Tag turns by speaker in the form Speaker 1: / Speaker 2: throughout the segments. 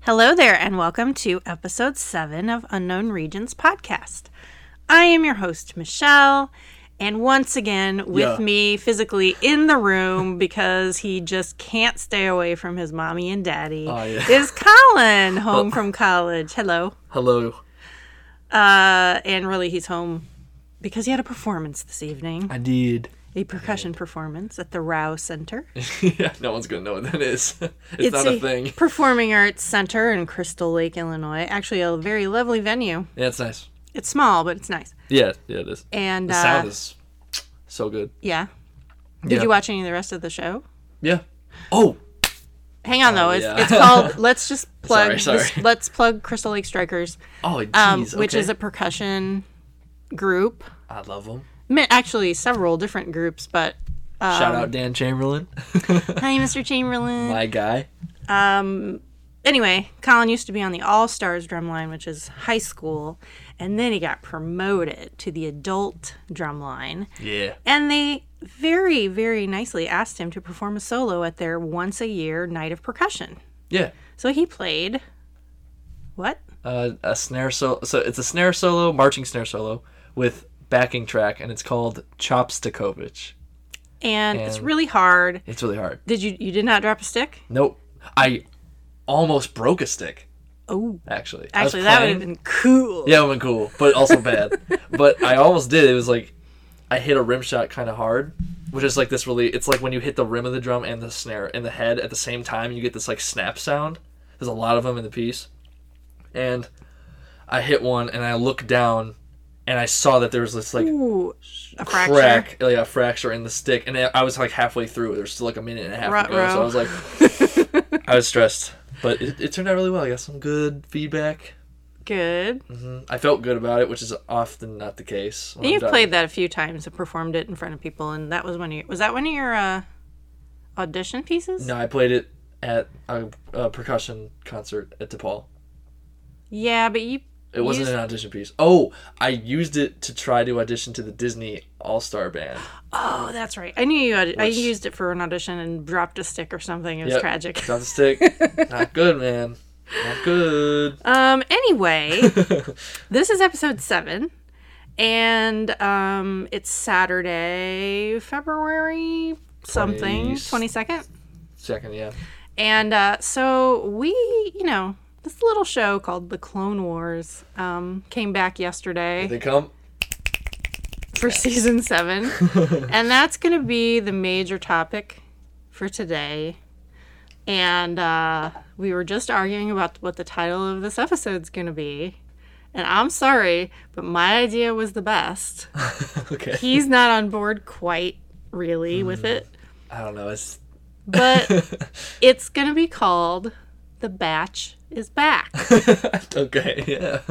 Speaker 1: Hello there, and welcome to episode seven of Unknown Regions podcast. I am your host, Michelle, and once again with
Speaker 2: Yeah.
Speaker 1: me physically in the room because he just can't stay away from his mommy and daddy
Speaker 2: Oh, yeah.
Speaker 1: is Colin, home from college. Hello.
Speaker 2: Hello.
Speaker 1: Uh, and really, he's home because he had a performance this evening,
Speaker 2: I did.
Speaker 1: a percussion performance at the Rao Center. It's,
Speaker 2: yeah, no one's gonna know what that is. it's, not a, thing.
Speaker 1: performing arts center in Crystal Lake, Illinois. Actually, a very lovely venue.
Speaker 2: Yeah, it's nice.
Speaker 1: It's small, but it's nice.
Speaker 2: Yeah, yeah, it is.
Speaker 1: And
Speaker 2: the
Speaker 1: uh,
Speaker 2: sound is so good.
Speaker 1: yeah. Did
Speaker 2: Yeah.
Speaker 1: you watch any of the rest of the show?
Speaker 2: Yeah. Oh,
Speaker 1: Hang on though. It's,
Speaker 2: Uh, yeah.
Speaker 1: it's called. Let's just plug.
Speaker 2: Sorry,
Speaker 1: this-
Speaker 2: sorry.
Speaker 1: let's plug Crystal Lake Strikers,
Speaker 2: oh, jeez.
Speaker 1: um, which
Speaker 2: okay.
Speaker 1: is a percussion group.
Speaker 2: I love them.
Speaker 1: I mean, Actually, several different groups, but
Speaker 2: Shout out Dan Chamberlain,
Speaker 1: hi, Mr. Chamberlain.
Speaker 2: my guy.
Speaker 1: anyway, Colin used to be on the All Stars drum line, which is high school, and then he got promoted to the adult drum line.
Speaker 2: Yeah.
Speaker 1: And they very, very nicely asked him to perform a solo at their once a year night of percussion.
Speaker 2: Yeah.
Speaker 1: So he played what?
Speaker 2: Uh, a snare solo. So it's a snare solo, marching snare solo with backing track, and it's called Chopstakovich.
Speaker 1: And, it's
Speaker 2: And-
Speaker 1: really hard.
Speaker 2: It's really hard.
Speaker 1: Did you you did not drop a stick?
Speaker 2: Nope. I almost broke a stick.
Speaker 1: Oh,
Speaker 2: Actually. I was
Speaker 1: actually, that would have
Speaker 2: playing-
Speaker 1: been cool.
Speaker 2: Yeah, it went cool, but also bad. but I almost did. It was like I hit a rim shot kind of hard, which is like this really. It's like when you hit the rim of the drum and the snare and the head at the same time, you get this like snap sound. There's a lot of them in the piece, and I hit one, and I looked down, and I saw that there was this like
Speaker 1: Ooh, a fracture.
Speaker 2: crack, yeah, a fracture in the stick, and I was like halfway through. There's still like a minute and a half to go,
Speaker 1: Ruh-roh.
Speaker 2: so I was like, I was stressed, but it, it turned out really well. I got some good feedback.
Speaker 1: Good.
Speaker 2: Mm-hmm. I felt good about it, which is often not the case. when I'm
Speaker 1: You've
Speaker 2: done.
Speaker 1: played that a few times and performed it in front of people, and that was one of your, was that one of your uh, audition pieces?
Speaker 2: No, I played it at a, a percussion concert at DePaul.
Speaker 1: Yeah, but you
Speaker 2: It wasn't
Speaker 1: Used-
Speaker 2: an audition piece. Oh, I used it to try to audition to the Disney All Star Band.
Speaker 1: oh, that's right. I knew you. Had, I
Speaker 2: Which-
Speaker 1: used it for an audition and dropped a stick or something. It was
Speaker 2: Yep.
Speaker 1: tragic.
Speaker 2: Drop the stick. not good, man. Not good.
Speaker 1: Um. Anyway, this is episode seven, and um, it's Saturday, February something,
Speaker 2: Twenty-
Speaker 1: twenty second,
Speaker 2: Second, yeah.
Speaker 1: and uh, so we, you know, this little show called The Clone Wars um came back yesterday.
Speaker 2: They come.
Speaker 1: for season seven. and that's going to be the major topic for today. And uh, we were just arguing about what the title of this episode's going to be. And I'm sorry, but my idea was the best.
Speaker 2: okay.
Speaker 1: He's not on board quite really
Speaker 2: Mm-hmm.
Speaker 1: with it,
Speaker 2: I don't know. It's
Speaker 1: but it's going to be called The Batch is Back
Speaker 2: okay. Yeah.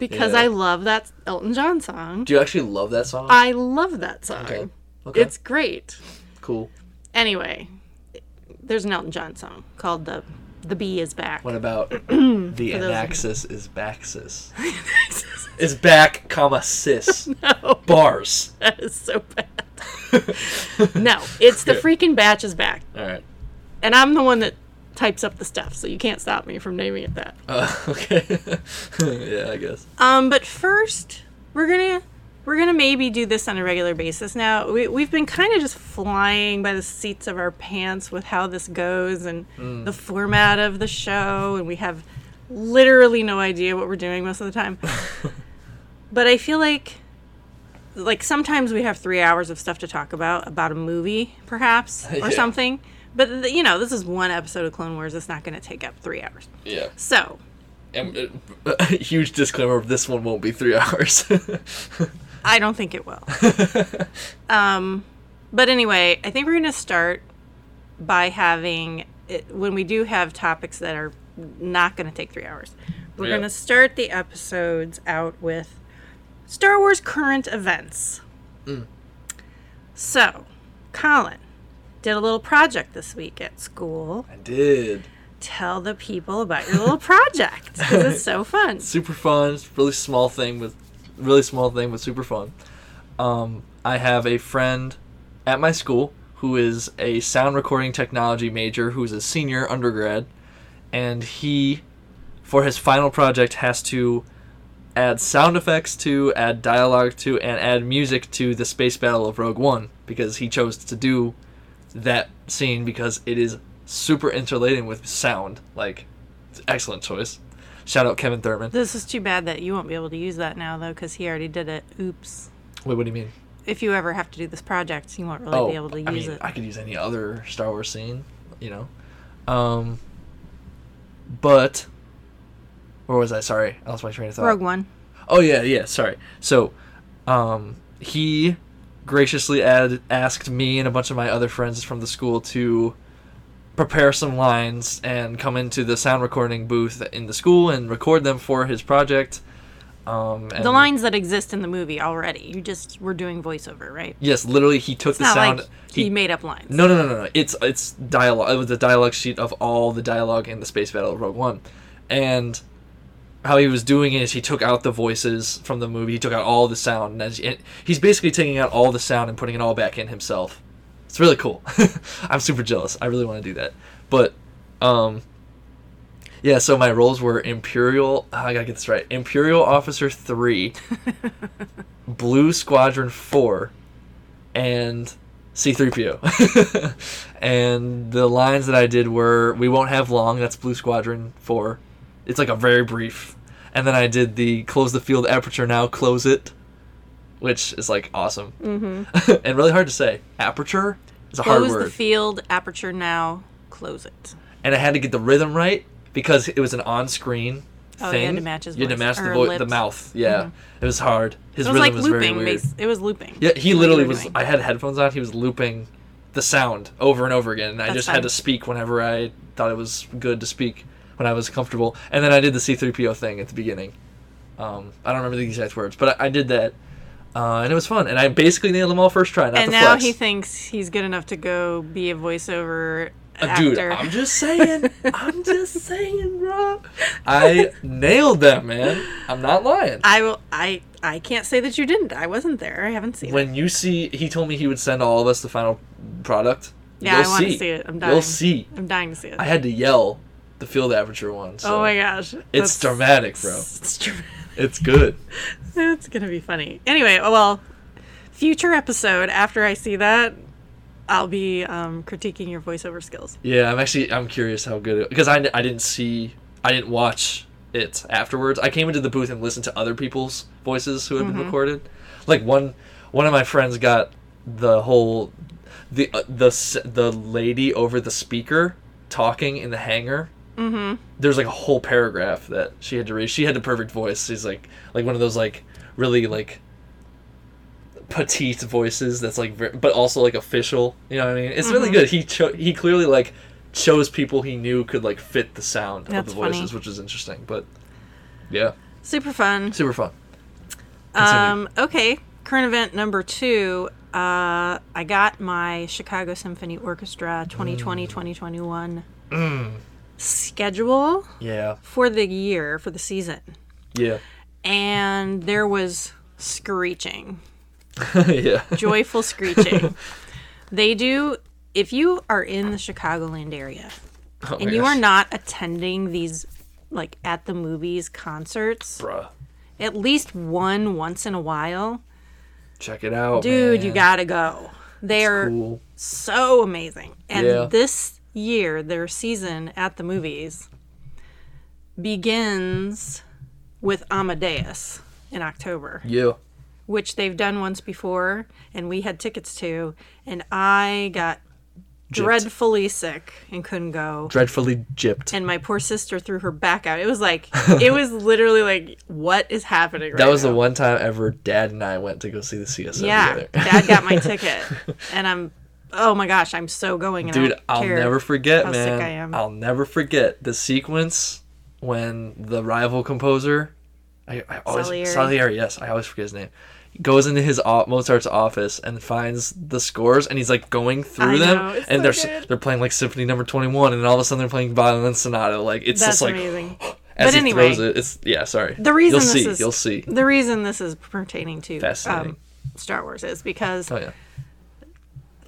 Speaker 1: because
Speaker 2: Yeah.
Speaker 1: I love that Elton John song.
Speaker 2: Do you actually love that song?
Speaker 1: I love that song.
Speaker 2: okay. Okay.
Speaker 1: It's great.
Speaker 2: cool.
Speaker 1: Anyway, there's an Elton John song called "The The Bee Is Back."
Speaker 2: What about the anaxis is baxis? is back, comma sis. Bars.
Speaker 1: That is so bad. no, it's the freaking batch is back,
Speaker 2: All right.
Speaker 1: and I'm the one that types up the stuff, so you can't stop me from naming it that.
Speaker 2: Uh, okay. yeah, I guess.
Speaker 1: Um, but first, we're gonna we're gonna maybe do this on a regular basis. Now we we've been kind of just flying by the seats of our pants with how this goes and the format of the show, and we have literally no idea what we're doing most of the time. but I feel like like sometimes we have three hours of stuff to talk about about a movie perhaps or
Speaker 2: Yeah.
Speaker 1: something. But th- you know, this is one episode of Clone Wars. It's not going to take up three hours.
Speaker 2: Yeah.
Speaker 1: So
Speaker 2: And, uh, huge disclaimer: this one won't be three hours.
Speaker 1: I don't think it will. um, but anyway, I think we're going to start by having it, when we do have topics that are not going to take three hours. We're
Speaker 2: Yeah.
Speaker 1: going to start the episodes out with Star Wars current events. So, Colin did a little project this week at school.
Speaker 2: I did.
Speaker 1: Tell the people about your little project 'cause it's so fun.
Speaker 2: Super fun. It's a really small thing, with really small thing, but super fun. Um, I have a friend at my school who is a sound recording technology major, who's a senior undergrad, and he, for his final project, has to add sound effects to, add dialogue to, and add music to the space battle of Rogue One because he chose to do that scene because it is super interlating with sound. Like, it's an excellent choice. Shout out Kevin Thurman.
Speaker 1: This is too bad that you won't be able to use that now, though, because he already did it. Oops.
Speaker 2: Wait, what do you mean? Oh,
Speaker 1: If you ever have to do this project, you won't really be able to use
Speaker 2: I mean,
Speaker 1: it.
Speaker 2: I could use any other Star Wars scene, you know. Um, but where was I? Sorry, I lost my train of thought.
Speaker 1: Rogue One.
Speaker 2: Oh yeah, yeah. Sorry. So, um, he graciously added, asked me and a bunch of my other friends from the school to prepare some lines and come into the sound recording booth in the school and record them for his project. Um, and
Speaker 1: The lines that exist in the movie already. You just were doing voiceover, right?
Speaker 2: Yes, literally, he took the
Speaker 1: It's not
Speaker 2: sound.
Speaker 1: like he, made up lines.
Speaker 2: No, no, no, no, no. It's it's dialogue. It was the dialogue sheet of all the dialogue in the space battle of Rogue One, and how he was doing it is he took out the voices from the movie. He took out all the sound, and, as, and he's basically taking out all the sound and putting it all back in himself. It's really cool. I'm super jealous. I really want to do that, but um, yeah. So my roles were Imperial. ah, I gotta get this right. Imperial Officer Three, Blue Squadron Four, and C3PO. and the lines that I did were We won't have long, that's Blue Squadron 4. It's like a very brief. And then I did the close the field aperture now, close it, which is like awesome. Mm-hmm. and really hard to say. Aperture is a hard
Speaker 1: Close
Speaker 2: word.
Speaker 1: the field, aperture now, close it.
Speaker 2: and I had to get the rhythm right because it was an on screen.
Speaker 1: Oh, you
Speaker 2: thing.
Speaker 1: had to match his
Speaker 2: You had to
Speaker 1: voice
Speaker 2: match the,
Speaker 1: or
Speaker 2: vo- the
Speaker 1: lips. Mm-hmm.
Speaker 2: mouth. Yeah, it was hard. His
Speaker 1: It was like
Speaker 2: rhythm was very
Speaker 1: looping.
Speaker 2: weird.
Speaker 1: Bas- it was looping.
Speaker 2: Yeah, he
Speaker 1: What
Speaker 2: literally
Speaker 1: you were
Speaker 2: was.
Speaker 1: doing.
Speaker 2: I had headphones on. He was looping the sound over and over again, and I
Speaker 1: That's
Speaker 2: just
Speaker 1: fine.
Speaker 2: had to speak whenever I thought it was good to speak when I was comfortable. And then I did the C3PO thing at the beginning. Um, I don't remember the exact words, but I, I did that, uh, and it was fun. And I basically nailed them all first try. Not
Speaker 1: and
Speaker 2: the
Speaker 1: now
Speaker 2: flex.
Speaker 1: he thinks he's good enough to go be a voiceover
Speaker 2: Uh,
Speaker 1: actor.
Speaker 2: Dude, I'm just saying. I'm just saying, bro. I nailed that, man. I'm not lying.
Speaker 1: I will. I I can't say that you didn't. I wasn't there. I haven't seen it.
Speaker 2: when you see, he told me he would send all of us the final product.
Speaker 1: Yeah, I
Speaker 2: You'll
Speaker 1: wanna see it. I'm dying.
Speaker 2: You'll see.
Speaker 1: I'm dying to see it.
Speaker 2: I had to yell the field aperture one. So
Speaker 1: oh my gosh,
Speaker 2: It's dramatic, bro.
Speaker 1: It's dramatic.
Speaker 2: It's good.
Speaker 1: That's gonna be funny. Anyway, oh, well, future episode after I see that, I'll be um, critiquing your voiceover skills.
Speaker 2: Yeah, I'm actually I'm curious how good it because I, I didn't see I didn't watch it afterwards. I came into the booth and listened to other people's voices who had been
Speaker 1: Mm-hmm.
Speaker 2: recorded. Like one one of my friends got the whole the uh, the s- the lady over the speaker talking in the hangar. Mm-hmm. There's like a whole paragraph that she had to read. She had the perfect voice. She's like like one of those like really like petite voices that's like ver but also like official you know what i mean it's
Speaker 1: Mm-hmm.
Speaker 2: really good he cho- he clearly like chose people he knew could like fit the sound of
Speaker 1: That's
Speaker 2: the voices
Speaker 1: funny.
Speaker 2: which is interesting but yeah
Speaker 1: Super fun.
Speaker 2: super fun
Speaker 1: Um, okay, current event number two. Uh, I got my Chicago Symphony Orchestra 2020 2021 schedule
Speaker 2: yeah
Speaker 1: for the year, for the season.
Speaker 2: yeah
Speaker 1: And there was screeching,
Speaker 2: yeah
Speaker 1: joyful screeching. they do, if you are in the Chicagoland area
Speaker 2: Oh my
Speaker 1: and you
Speaker 2: gosh.
Speaker 1: are not attending these, like at the movies concerts,
Speaker 2: bruh
Speaker 1: at least one once in a while,
Speaker 2: check it out
Speaker 1: dude you
Speaker 2: man.
Speaker 1: gotta go they're
Speaker 2: cool
Speaker 1: so amazing and
Speaker 2: Yeah.
Speaker 1: this year their season at the movies begins with amadeus in october
Speaker 2: yeah
Speaker 1: which they've done once before and we had tickets to and i got dreadfully sick and couldn't go
Speaker 2: dreadfully gypped
Speaker 1: and my poor sister threw her back out it was like it was literally like what is happening right
Speaker 2: that was
Speaker 1: now?
Speaker 2: the one time ever dad and i went to go see the cso
Speaker 1: Yeah,
Speaker 2: together
Speaker 1: dad got my ticket, and I'm. Oh my gosh, I'm so going. And I
Speaker 2: Dude,
Speaker 1: don't
Speaker 2: I'll
Speaker 1: care.
Speaker 2: never forget,
Speaker 1: how sick
Speaker 2: man.
Speaker 1: I am.
Speaker 2: will never forget the sequence when the rival composer, I, I always
Speaker 1: Salieri.
Speaker 2: Salieri. yes, I always forget his name, goes into his o- Mozart's office and finds the scores, and he's like going through
Speaker 1: I
Speaker 2: them,
Speaker 1: know, it's
Speaker 2: and
Speaker 1: so
Speaker 2: they're s-
Speaker 1: good.
Speaker 2: they're playing like Symphony Number Twenty One, and all of a sudden they're playing Violin Sonata. Like it's
Speaker 1: That's
Speaker 2: just like
Speaker 1: amazing.
Speaker 2: as
Speaker 1: But
Speaker 2: he
Speaker 1: anyway,
Speaker 2: throws it, it's yeah. Sorry,
Speaker 1: The reason
Speaker 2: you'll
Speaker 1: this
Speaker 2: see,
Speaker 1: is
Speaker 2: you'll see.
Speaker 1: the reason this is pertaining to
Speaker 2: Fascinating.
Speaker 1: um, Star Wars is because
Speaker 2: Oh yeah,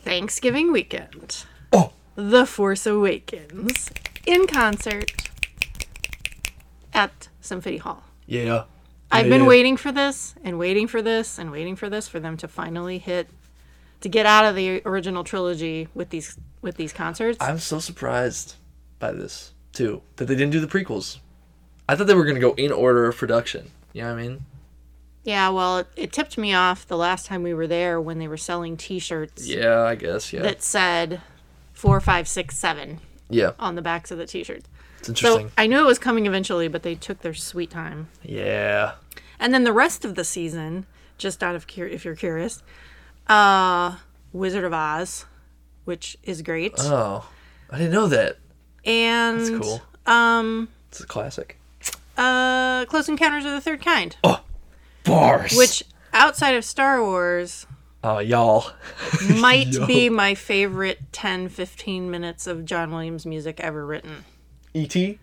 Speaker 1: Thanksgiving weekend,
Speaker 2: Oh.
Speaker 1: The Force Awakens in concert at Symphony Hall.
Speaker 2: Yeah.
Speaker 1: I've
Speaker 2: Yeah,
Speaker 1: been
Speaker 2: yeah.
Speaker 1: waiting for this and waiting for this and waiting for this for them to finally hit to get out of the original trilogy with these with these concerts.
Speaker 2: I'm so surprised by this too that they didn't do the prequels. I thought they were gonna go in order of production. You know what I mean?
Speaker 1: yeah, well, it, it tipped me off the last time we were there when they were selling T-shirts
Speaker 2: Yeah, I guess. Yeah.
Speaker 1: that said four, five, six, seven
Speaker 2: yeah.
Speaker 1: on the backs of the T-shirts.
Speaker 2: It's
Speaker 1: So
Speaker 2: interesting.
Speaker 1: I knew it was coming eventually, but they took their sweet time.
Speaker 2: yeah.
Speaker 1: And then the rest of the season, just out of cur- if you're curious, uh, Wizard of Oz, which is great,
Speaker 2: Oh, I didn't know that.
Speaker 1: and
Speaker 2: It's cool.
Speaker 1: um,
Speaker 2: It's a classic.
Speaker 1: uh, Close Encounters of the Third Kind,
Speaker 2: Bars.
Speaker 1: which outside of Star Wars
Speaker 2: Oh, y'all.
Speaker 1: might be my favorite 10 15 minutes of John Williams music ever written.
Speaker 2: E.T.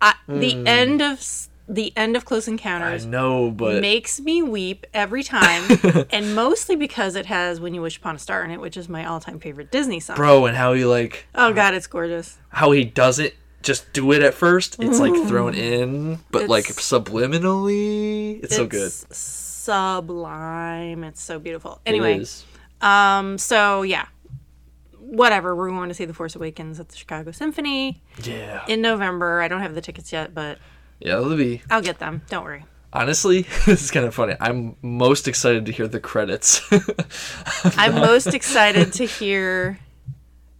Speaker 1: I, The end of s- the end of Close
Speaker 2: Hmm. I
Speaker 1: Encounters
Speaker 2: know, but
Speaker 1: makes me weep every time, and mostly because it has "When You Wish Upon a Star" in it, which is my all-time favorite Disney song.
Speaker 2: bro, and how he like
Speaker 1: Oh God, it's gorgeous.
Speaker 2: how he doesn't just do it at first. It's like thrown in, but like
Speaker 1: It's-
Speaker 2: subliminally. It's, so good.
Speaker 1: It's Sublime. It's so beautiful. Anyway,
Speaker 2: It is.
Speaker 1: um, so yeah, whatever. We're going to see The Force Awakens at the Chicago Symphony
Speaker 2: Yeah.
Speaker 1: in November. I don't have the tickets yet, but
Speaker 2: Yeah, that'll be.
Speaker 1: I'll get them. Don't worry.
Speaker 2: Honestly, this is kind of funny. I'm most excited to hear the credits.
Speaker 1: I'm most excited to hear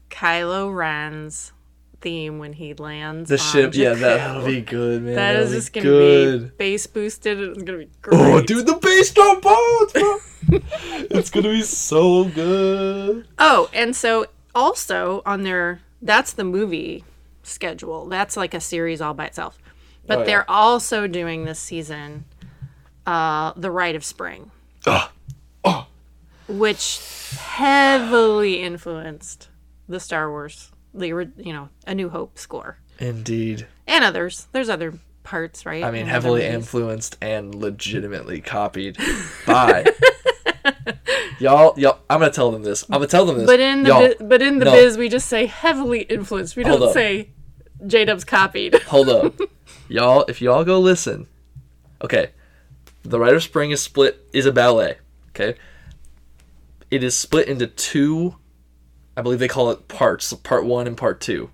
Speaker 1: Kylo Ren's theme when he lands.
Speaker 2: the
Speaker 1: on
Speaker 2: ship, yeah,
Speaker 1: Jakku.
Speaker 2: that'll be good, man.
Speaker 1: That is
Speaker 2: That'll
Speaker 1: just
Speaker 2: be
Speaker 1: gonna be bass boosted. and It's gonna be great.
Speaker 2: Oh, dude, the bass drum bones, bro. it's gonna be so good.
Speaker 1: Oh, and so also on their that's the movie schedule. That's like a series all by itself. But
Speaker 2: Oh, yeah.
Speaker 1: they're also doing this season uh The Rite of Spring.
Speaker 2: Ugh.
Speaker 1: Which heavily influenced the Star Wars, the ori- you know, A New Hope score.
Speaker 2: Indeed.
Speaker 1: And others. There's other parts, right?
Speaker 2: I
Speaker 1: in
Speaker 2: mean,
Speaker 1: other
Speaker 2: heavily
Speaker 1: movies.
Speaker 2: influenced and legitimately copied by y'all. Y'all, I'm gonna tell them this. I'm gonna tell them this.
Speaker 1: But in the
Speaker 2: y'all,
Speaker 1: bi- but in the
Speaker 2: no.
Speaker 1: biz we just say heavily influenced. We
Speaker 2: Hold
Speaker 1: don't
Speaker 2: up.
Speaker 1: say J Dub's copied.
Speaker 2: hold up, y'all. If y'all go listen, okay. The Rite of Spring is split is a ballet. Okay, it is split into two. I believe they call it parts, part one and part two.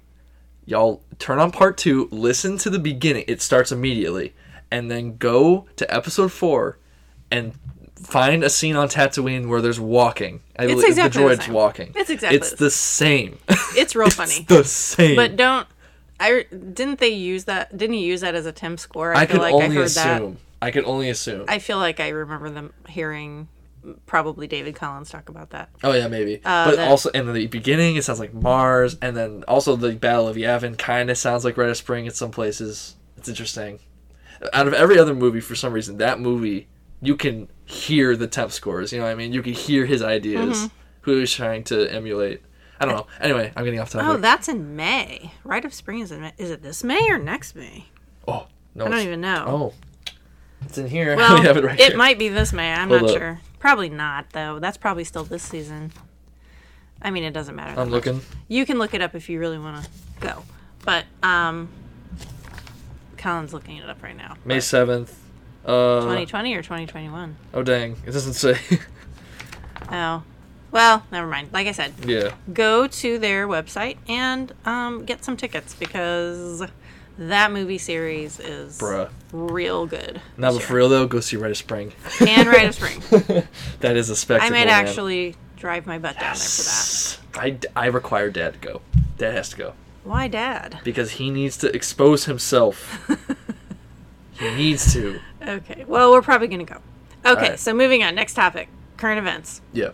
Speaker 2: Y'all turn on part two, listen to the beginning. It starts immediately, and then go to episode four, and find a scene on Tatooine where there's walking. I believe
Speaker 1: exactly the
Speaker 2: the droid's
Speaker 1: same.
Speaker 2: walking.
Speaker 1: It's exactly
Speaker 2: It's
Speaker 1: the
Speaker 2: the same.
Speaker 1: It's real funny.
Speaker 2: the same.
Speaker 1: But don't I didn't they use that? Didn't he use that as a Tim score?
Speaker 2: I could
Speaker 1: like
Speaker 2: only
Speaker 1: that.
Speaker 2: assume. I could only assume.
Speaker 1: I feel like I remember them hearing probably David Collins talk about that.
Speaker 2: Oh yeah, maybe. but
Speaker 1: the-
Speaker 2: also, and in the beginning, it sounds like Mars, and then also the Battle of Yavin kind of sounds like Red of Spring in some places. It's interesting. Out of every other movie, for some reason, that movie you can hear the temp scores. You know what I mean? You can hear his ideas,
Speaker 1: Mm-hmm.
Speaker 2: who he's trying to emulate. I don't know. Anyway, I'm getting off
Speaker 1: Oh,
Speaker 2: topic.
Speaker 1: that's in May. Rite of Spring is in May. Is it this May or next May?
Speaker 2: Oh, no,
Speaker 1: I don't
Speaker 2: it's-
Speaker 1: even know.
Speaker 2: Oh, it's in here.
Speaker 1: well,
Speaker 2: we have it right here.
Speaker 1: might be this May. I'm
Speaker 2: Hold
Speaker 1: not
Speaker 2: up.
Speaker 1: sure. Probably not though. That's probably still this season. I mean, it doesn't matter. that
Speaker 2: I'm looking.
Speaker 1: You can look it up if you really want to go. But um, Colin's looking it up right now.
Speaker 2: May seventh. Uh,
Speaker 1: 2020 or 2021.
Speaker 2: oh dang! It doesn't say.
Speaker 1: Oh. Well, never mind. Like I said,
Speaker 2: yeah.
Speaker 1: go to their website and um, get some tickets because that movie series is
Speaker 2: Bruh.
Speaker 1: real good.
Speaker 2: Now, but for real though, go see Red of Spring.
Speaker 1: And Rite of Spring.
Speaker 2: That is a spectacle.
Speaker 1: I might
Speaker 2: man.
Speaker 1: actually drive my butt down there for that.
Speaker 2: I, I require dad to go. Dad has to go
Speaker 1: Why, Dad?
Speaker 2: because he needs to expose himself. he needs to.
Speaker 1: Okay. Well, we're probably going to go. Okay,
Speaker 2: right.
Speaker 1: so moving on. Next topic current events.
Speaker 2: Yeah.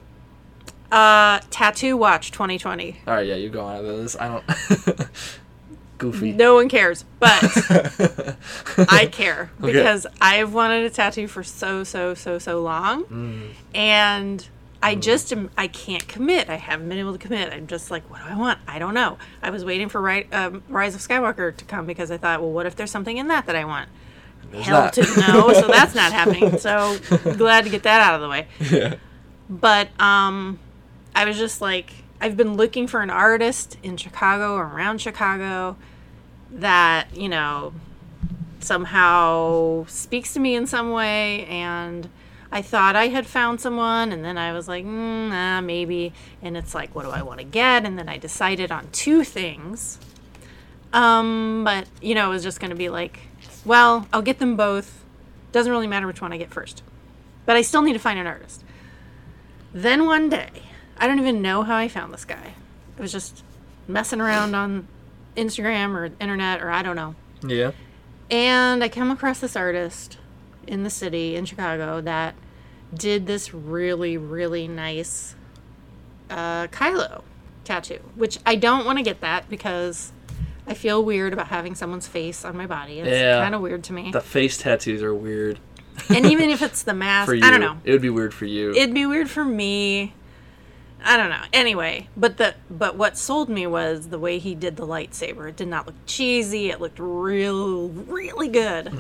Speaker 1: Uh, Tattoo Watch 2020.
Speaker 2: All right. Yeah, you go on with this. I don't. Goofy.
Speaker 1: No one cares, but. I care
Speaker 2: Okay.
Speaker 1: because I've wanted a tattoo for so so so so long,
Speaker 2: Mm.
Speaker 1: and I just am, I can't commit. I haven't been able to commit. I'm just like, what do I want? I don't know. I was waiting for Ri- um, Rise of Skywalker to come because I thought, well, what if there's something in that that I want? Hell
Speaker 2: not.
Speaker 1: to no. So that's not happening. So glad to get that out of the way.
Speaker 2: yeah.
Speaker 1: But um, I was just like, I've been looking for an artist in Chicago or around Chicago that you know somehow speaks to me in some way and I thought I had found someone and then I was like, mm, nah, maybe and it's like what do I want to get and then I decided on two things. Um but you know, it was just going to be like, well, I'll get them both. Doesn't really matter which one I get first. But I still need to find an artist. Then one day, I don't even know how I found this guy. I was just messing around on Instagram or internet or I don't know.
Speaker 2: Yeah.
Speaker 1: And I came across this artist in the city in Chicago that did this really, really nice uh, Kylo tattoo, which I don't want to get that because I feel weird about having someone's face on my body. It's
Speaker 2: Yeah.
Speaker 1: kind of weird to me.
Speaker 2: The face tattoos are weird
Speaker 1: and even if it's the mask,
Speaker 2: for you.
Speaker 1: I don't know
Speaker 2: It would be weird for you.
Speaker 1: it'd be weird for me i don't know anyway but the but what sold me was the way he did the lightsaber it did not look cheesy it looked real really good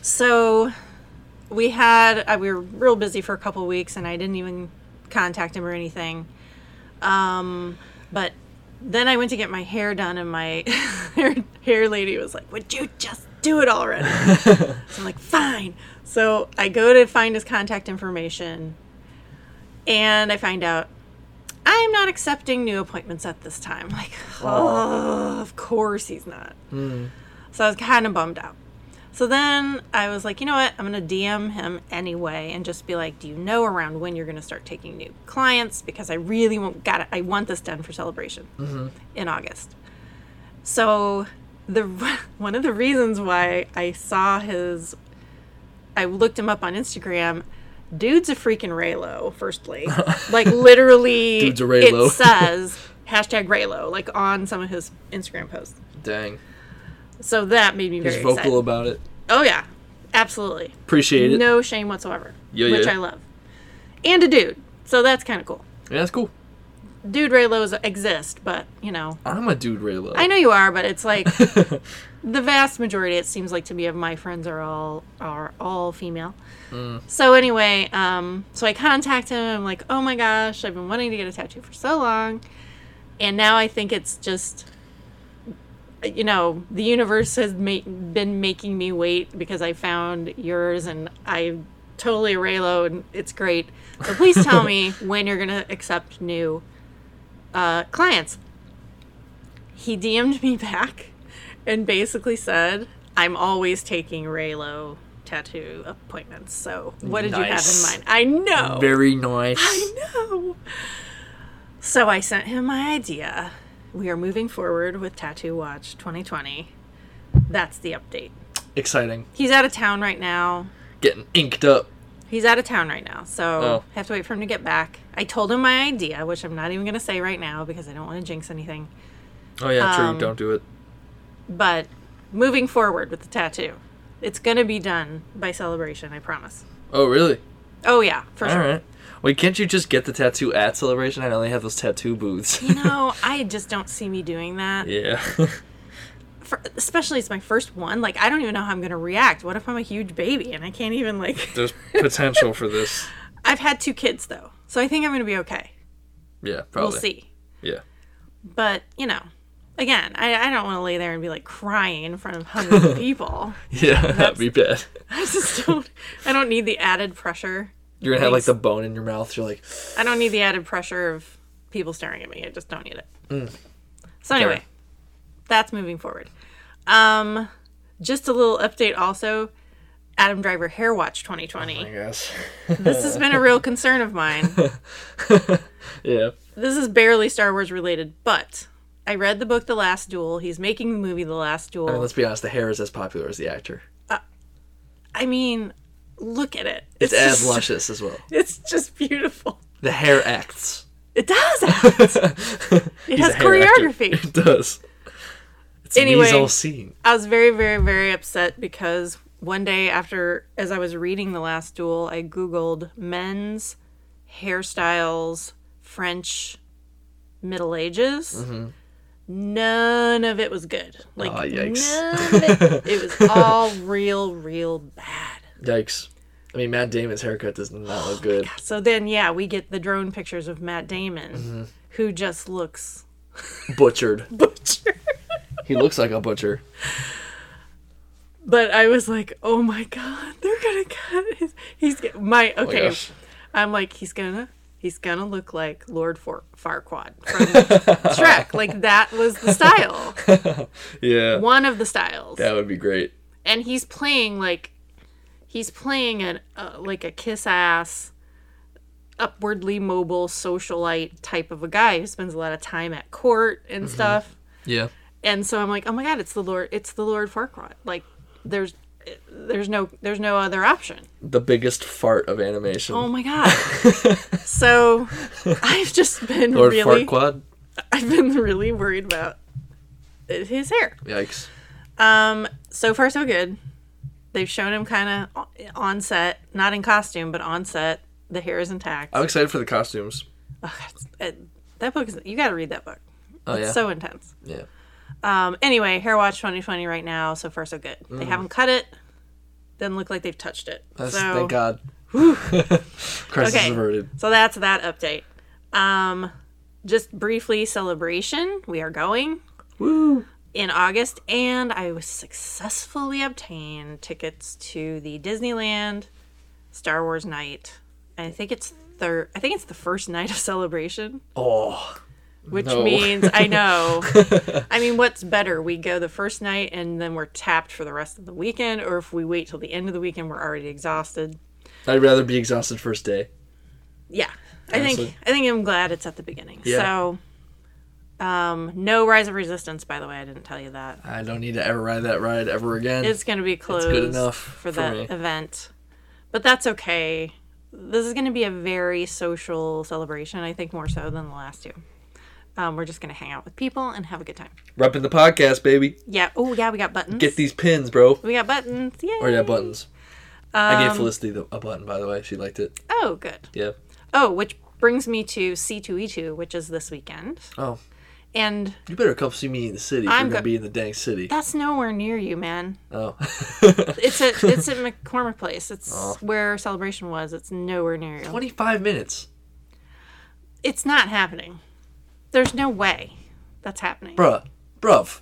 Speaker 1: so we had I, we were real busy for a couple weeks and i didn't even contact him or anything um but then i went to get my hair done and my hair, hair lady was like would you just do it already so I'm like, fine. So I go to find his contact information and I find out I am not accepting new appointments at this time. Like, oh, of course he's not. So I was kind of bummed out. So then I was like, you know what? I'm going to DM him anyway and just be like, do you know around when you're going to start taking new clients? Because I really want, got it. I want this done for celebration
Speaker 2: Mm-hmm.
Speaker 1: in August. So the one of the reasons why I saw his I looked him up on Instagram. Dude's a freaking Raylo, firstly. Like literally
Speaker 2: Dude's a Raylo.
Speaker 1: it says hashtag Raylo, like on some of his Instagram posts.
Speaker 2: Dang.
Speaker 1: So that made me
Speaker 2: He's
Speaker 1: very
Speaker 2: vocal
Speaker 1: excited.
Speaker 2: about it.
Speaker 1: Oh yeah. Absolutely.
Speaker 2: Appreciate it.
Speaker 1: No shame whatsoever.
Speaker 2: Yeah,
Speaker 1: which
Speaker 2: yeah.
Speaker 1: I love. And a dude. So that's kinda cool.
Speaker 2: Yeah, that's cool.
Speaker 1: Dude Raylos exist, but you know.
Speaker 2: I'm a dude Raylo.
Speaker 1: I know you are, but it's like the vast majority it seems like to me of my friends are all are all female
Speaker 2: Mm.
Speaker 1: so anyway um so i contact him i'm like oh my gosh i've been wanting to get a tattoo for so long and now i think it's just you know the universe has ma- been making me wait because i found yours and i totally a raylo and it's great so please tell me when you're gonna accept new uh, clients he DM'd me back and basically said, I'm always taking Raylo tattoo appointments. So what did
Speaker 2: Nice.
Speaker 1: you have in mind? I know.
Speaker 2: Very nice.
Speaker 1: I know. So I sent him my idea. We are moving forward with Tattoo Watch 2020. That's the update.
Speaker 2: Exciting.
Speaker 1: He's out of town right now.
Speaker 2: Getting inked up.
Speaker 1: He's out of town right now, so
Speaker 2: Oh.
Speaker 1: I have to wait for him to get back. I told him my idea, which I'm not even going to say right now because I don't want to jinx anything.
Speaker 2: Oh yeah, true.
Speaker 1: Um,
Speaker 2: Don't do it.
Speaker 1: But moving forward with the tattoo, it's going to be done by celebration, I promise.
Speaker 2: Oh really?
Speaker 1: Oh, yeah, for
Speaker 2: All
Speaker 1: sure.
Speaker 2: right. Wait, can't you just get the tattoo at Celebration? I know they have those tattoo booths.
Speaker 1: You know, I just don't see me doing that.
Speaker 2: yeah.
Speaker 1: for, especially it's my first one. Like I don't even know how I'm gonna react. What if I'm a huge baby and I can't even like?
Speaker 2: There's potential for this.
Speaker 1: I've had two kids though, so I think I'm gonna be okay.
Speaker 2: Yeah,
Speaker 1: We'll
Speaker 2: probably.
Speaker 1: see.
Speaker 2: Yeah.
Speaker 1: But you know, again, I, I don't want to lay there and be like crying in front of hundreds of people.
Speaker 2: Yeah, that'd be bad.
Speaker 1: I just don't. I don't need the added pressure.
Speaker 2: You're gonna have like the bone in your mouth. You're like,
Speaker 1: I don't need the added pressure of people staring at me. I just don't need it. So anyway,
Speaker 2: Fair.
Speaker 1: that's moving forward. Um, just a little update also. Adam Driver Hair Watch 2020.
Speaker 2: I guess.
Speaker 1: This has been a real concern of mine.
Speaker 2: yeah.
Speaker 1: This is barely Star Wars related, but I read the book The Last Duel. He's making the movie The Last
Speaker 2: I mean,
Speaker 1: Duel.
Speaker 2: let's be honest. The hair is as popular as the actor.
Speaker 1: I mean, look at it.
Speaker 2: It's, as
Speaker 1: just,
Speaker 2: luscious as well.
Speaker 1: It's just beautiful.
Speaker 2: The hair acts.
Speaker 1: It does. act. It
Speaker 2: He's
Speaker 1: has
Speaker 2: a hair actor.
Speaker 1: choreography.
Speaker 2: It does. It's
Speaker 1: Anyway.
Speaker 2: anyway, scene.
Speaker 1: I was very, very, very upset because one day after, as I was reading The Last Duel, I Googled men's hairstyles, French Middle Ages. None of it was good. Like,
Speaker 2: Mm-hmm. Aw, yikes.
Speaker 1: none of it. It was all real, real bad.
Speaker 2: Yikes. I mean, Matt Damon's haircut does not
Speaker 1: Oh
Speaker 2: look good.
Speaker 1: So then, yeah, we get the drone pictures of Matt Damon,
Speaker 2: Mm-hmm.
Speaker 1: who just looks
Speaker 2: Butchered.
Speaker 1: butchered.
Speaker 2: He looks like a butcher.
Speaker 1: But I was like, oh my god, they're gonna cut his. He's get, my okay.
Speaker 2: Oh gosh.
Speaker 1: I'm like, he's gonna he's gonna look like Lord For- Farquaad from Shrek. Like that was the style,
Speaker 2: Yeah.
Speaker 1: one of the styles,
Speaker 2: That would be great.
Speaker 1: and he's playing like he's playing an uh, like a kiss ass. Upwardly mobile socialite type of a guy who spends a lot of time at court and
Speaker 2: Mm-hmm.
Speaker 1: stuff.
Speaker 2: Yeah.
Speaker 1: and so I'm like, oh my god, it's the Lord, it's the Lord Farquaad. Like, there's, there's no, there's no other option.
Speaker 2: The biggest fart of animation.
Speaker 1: Oh my god. so, I've just been
Speaker 2: Lord
Speaker 1: really,
Speaker 2: Farquaad.
Speaker 1: I've been really worried about his hair.
Speaker 2: Yikes.
Speaker 1: Um, so far so good. They've shown him kind of on set, not in costume, but on set. The hair is intact.
Speaker 2: I'm excited for the costumes.
Speaker 1: Oh, God, it's- it- that book is, you got to read that book.
Speaker 2: Oh
Speaker 1: It's
Speaker 2: yeah.
Speaker 1: so intense.
Speaker 2: yeah.
Speaker 1: Um, anyway, Hair Watch 2020 right now, so far so good. They haven't cut it. Doesn't look like they've touched it.
Speaker 2: Mm. That's,
Speaker 1: so,
Speaker 2: Thank God. Crisis
Speaker 1: Okay.
Speaker 2: averted.
Speaker 1: so that's that update. Um, just briefly, celebration. We are going
Speaker 2: Woo.
Speaker 1: in August, and I was successfully obtained tickets to the Disneyland Star Wars night. I think it's third. I think it's the first night of celebration,
Speaker 2: Oh.
Speaker 1: which
Speaker 2: No.
Speaker 1: means I know. I mean, what's better? We go the first night and then we're tapped for the rest of the weekend, or if we wait till the end of the weekend, we're already exhausted.
Speaker 2: I'd rather be exhausted first day.
Speaker 1: Yeah, I think
Speaker 2: Honestly.
Speaker 1: I think I'm glad it's at the beginning.
Speaker 2: Yeah.
Speaker 1: So, um, no Rise of Resistance. By the way, I didn't tell you that.
Speaker 2: I don't need to ever ride that ride ever again.
Speaker 1: It's going to be closed
Speaker 2: good enough
Speaker 1: for
Speaker 2: for
Speaker 1: that
Speaker 2: me.
Speaker 1: event, but that's okay. This is going to be a very social celebration. I think more so than the last two. Um, we're just going to hang out with people and have a good time.
Speaker 2: Repping the podcast, baby.
Speaker 1: Yeah. Oh, yeah. We got buttons.
Speaker 2: Get these pins, bro.
Speaker 1: we got buttons. Yeah.
Speaker 2: Or yeah, buttons. I
Speaker 1: Um,
Speaker 2: gave Felicity the, a button, by the way. She liked it.
Speaker 1: Oh, good.
Speaker 2: Yeah.
Speaker 1: Oh, which brings me to C2E2, which is this weekend,
Speaker 2: Oh,
Speaker 1: and
Speaker 2: you better come see me in the city. If
Speaker 1: I'm
Speaker 2: I'm gonna
Speaker 1: go-
Speaker 2: be in the dang city.
Speaker 1: that's nowhere near you, man.
Speaker 2: Oh.
Speaker 1: It's at it's at McCormick Place. It's
Speaker 2: Oh.
Speaker 1: where Celebration was. It's nowhere near you.
Speaker 2: Twenty-five minutes,
Speaker 1: It's not happening. There's no way that's happening.
Speaker 2: bruh, bruv.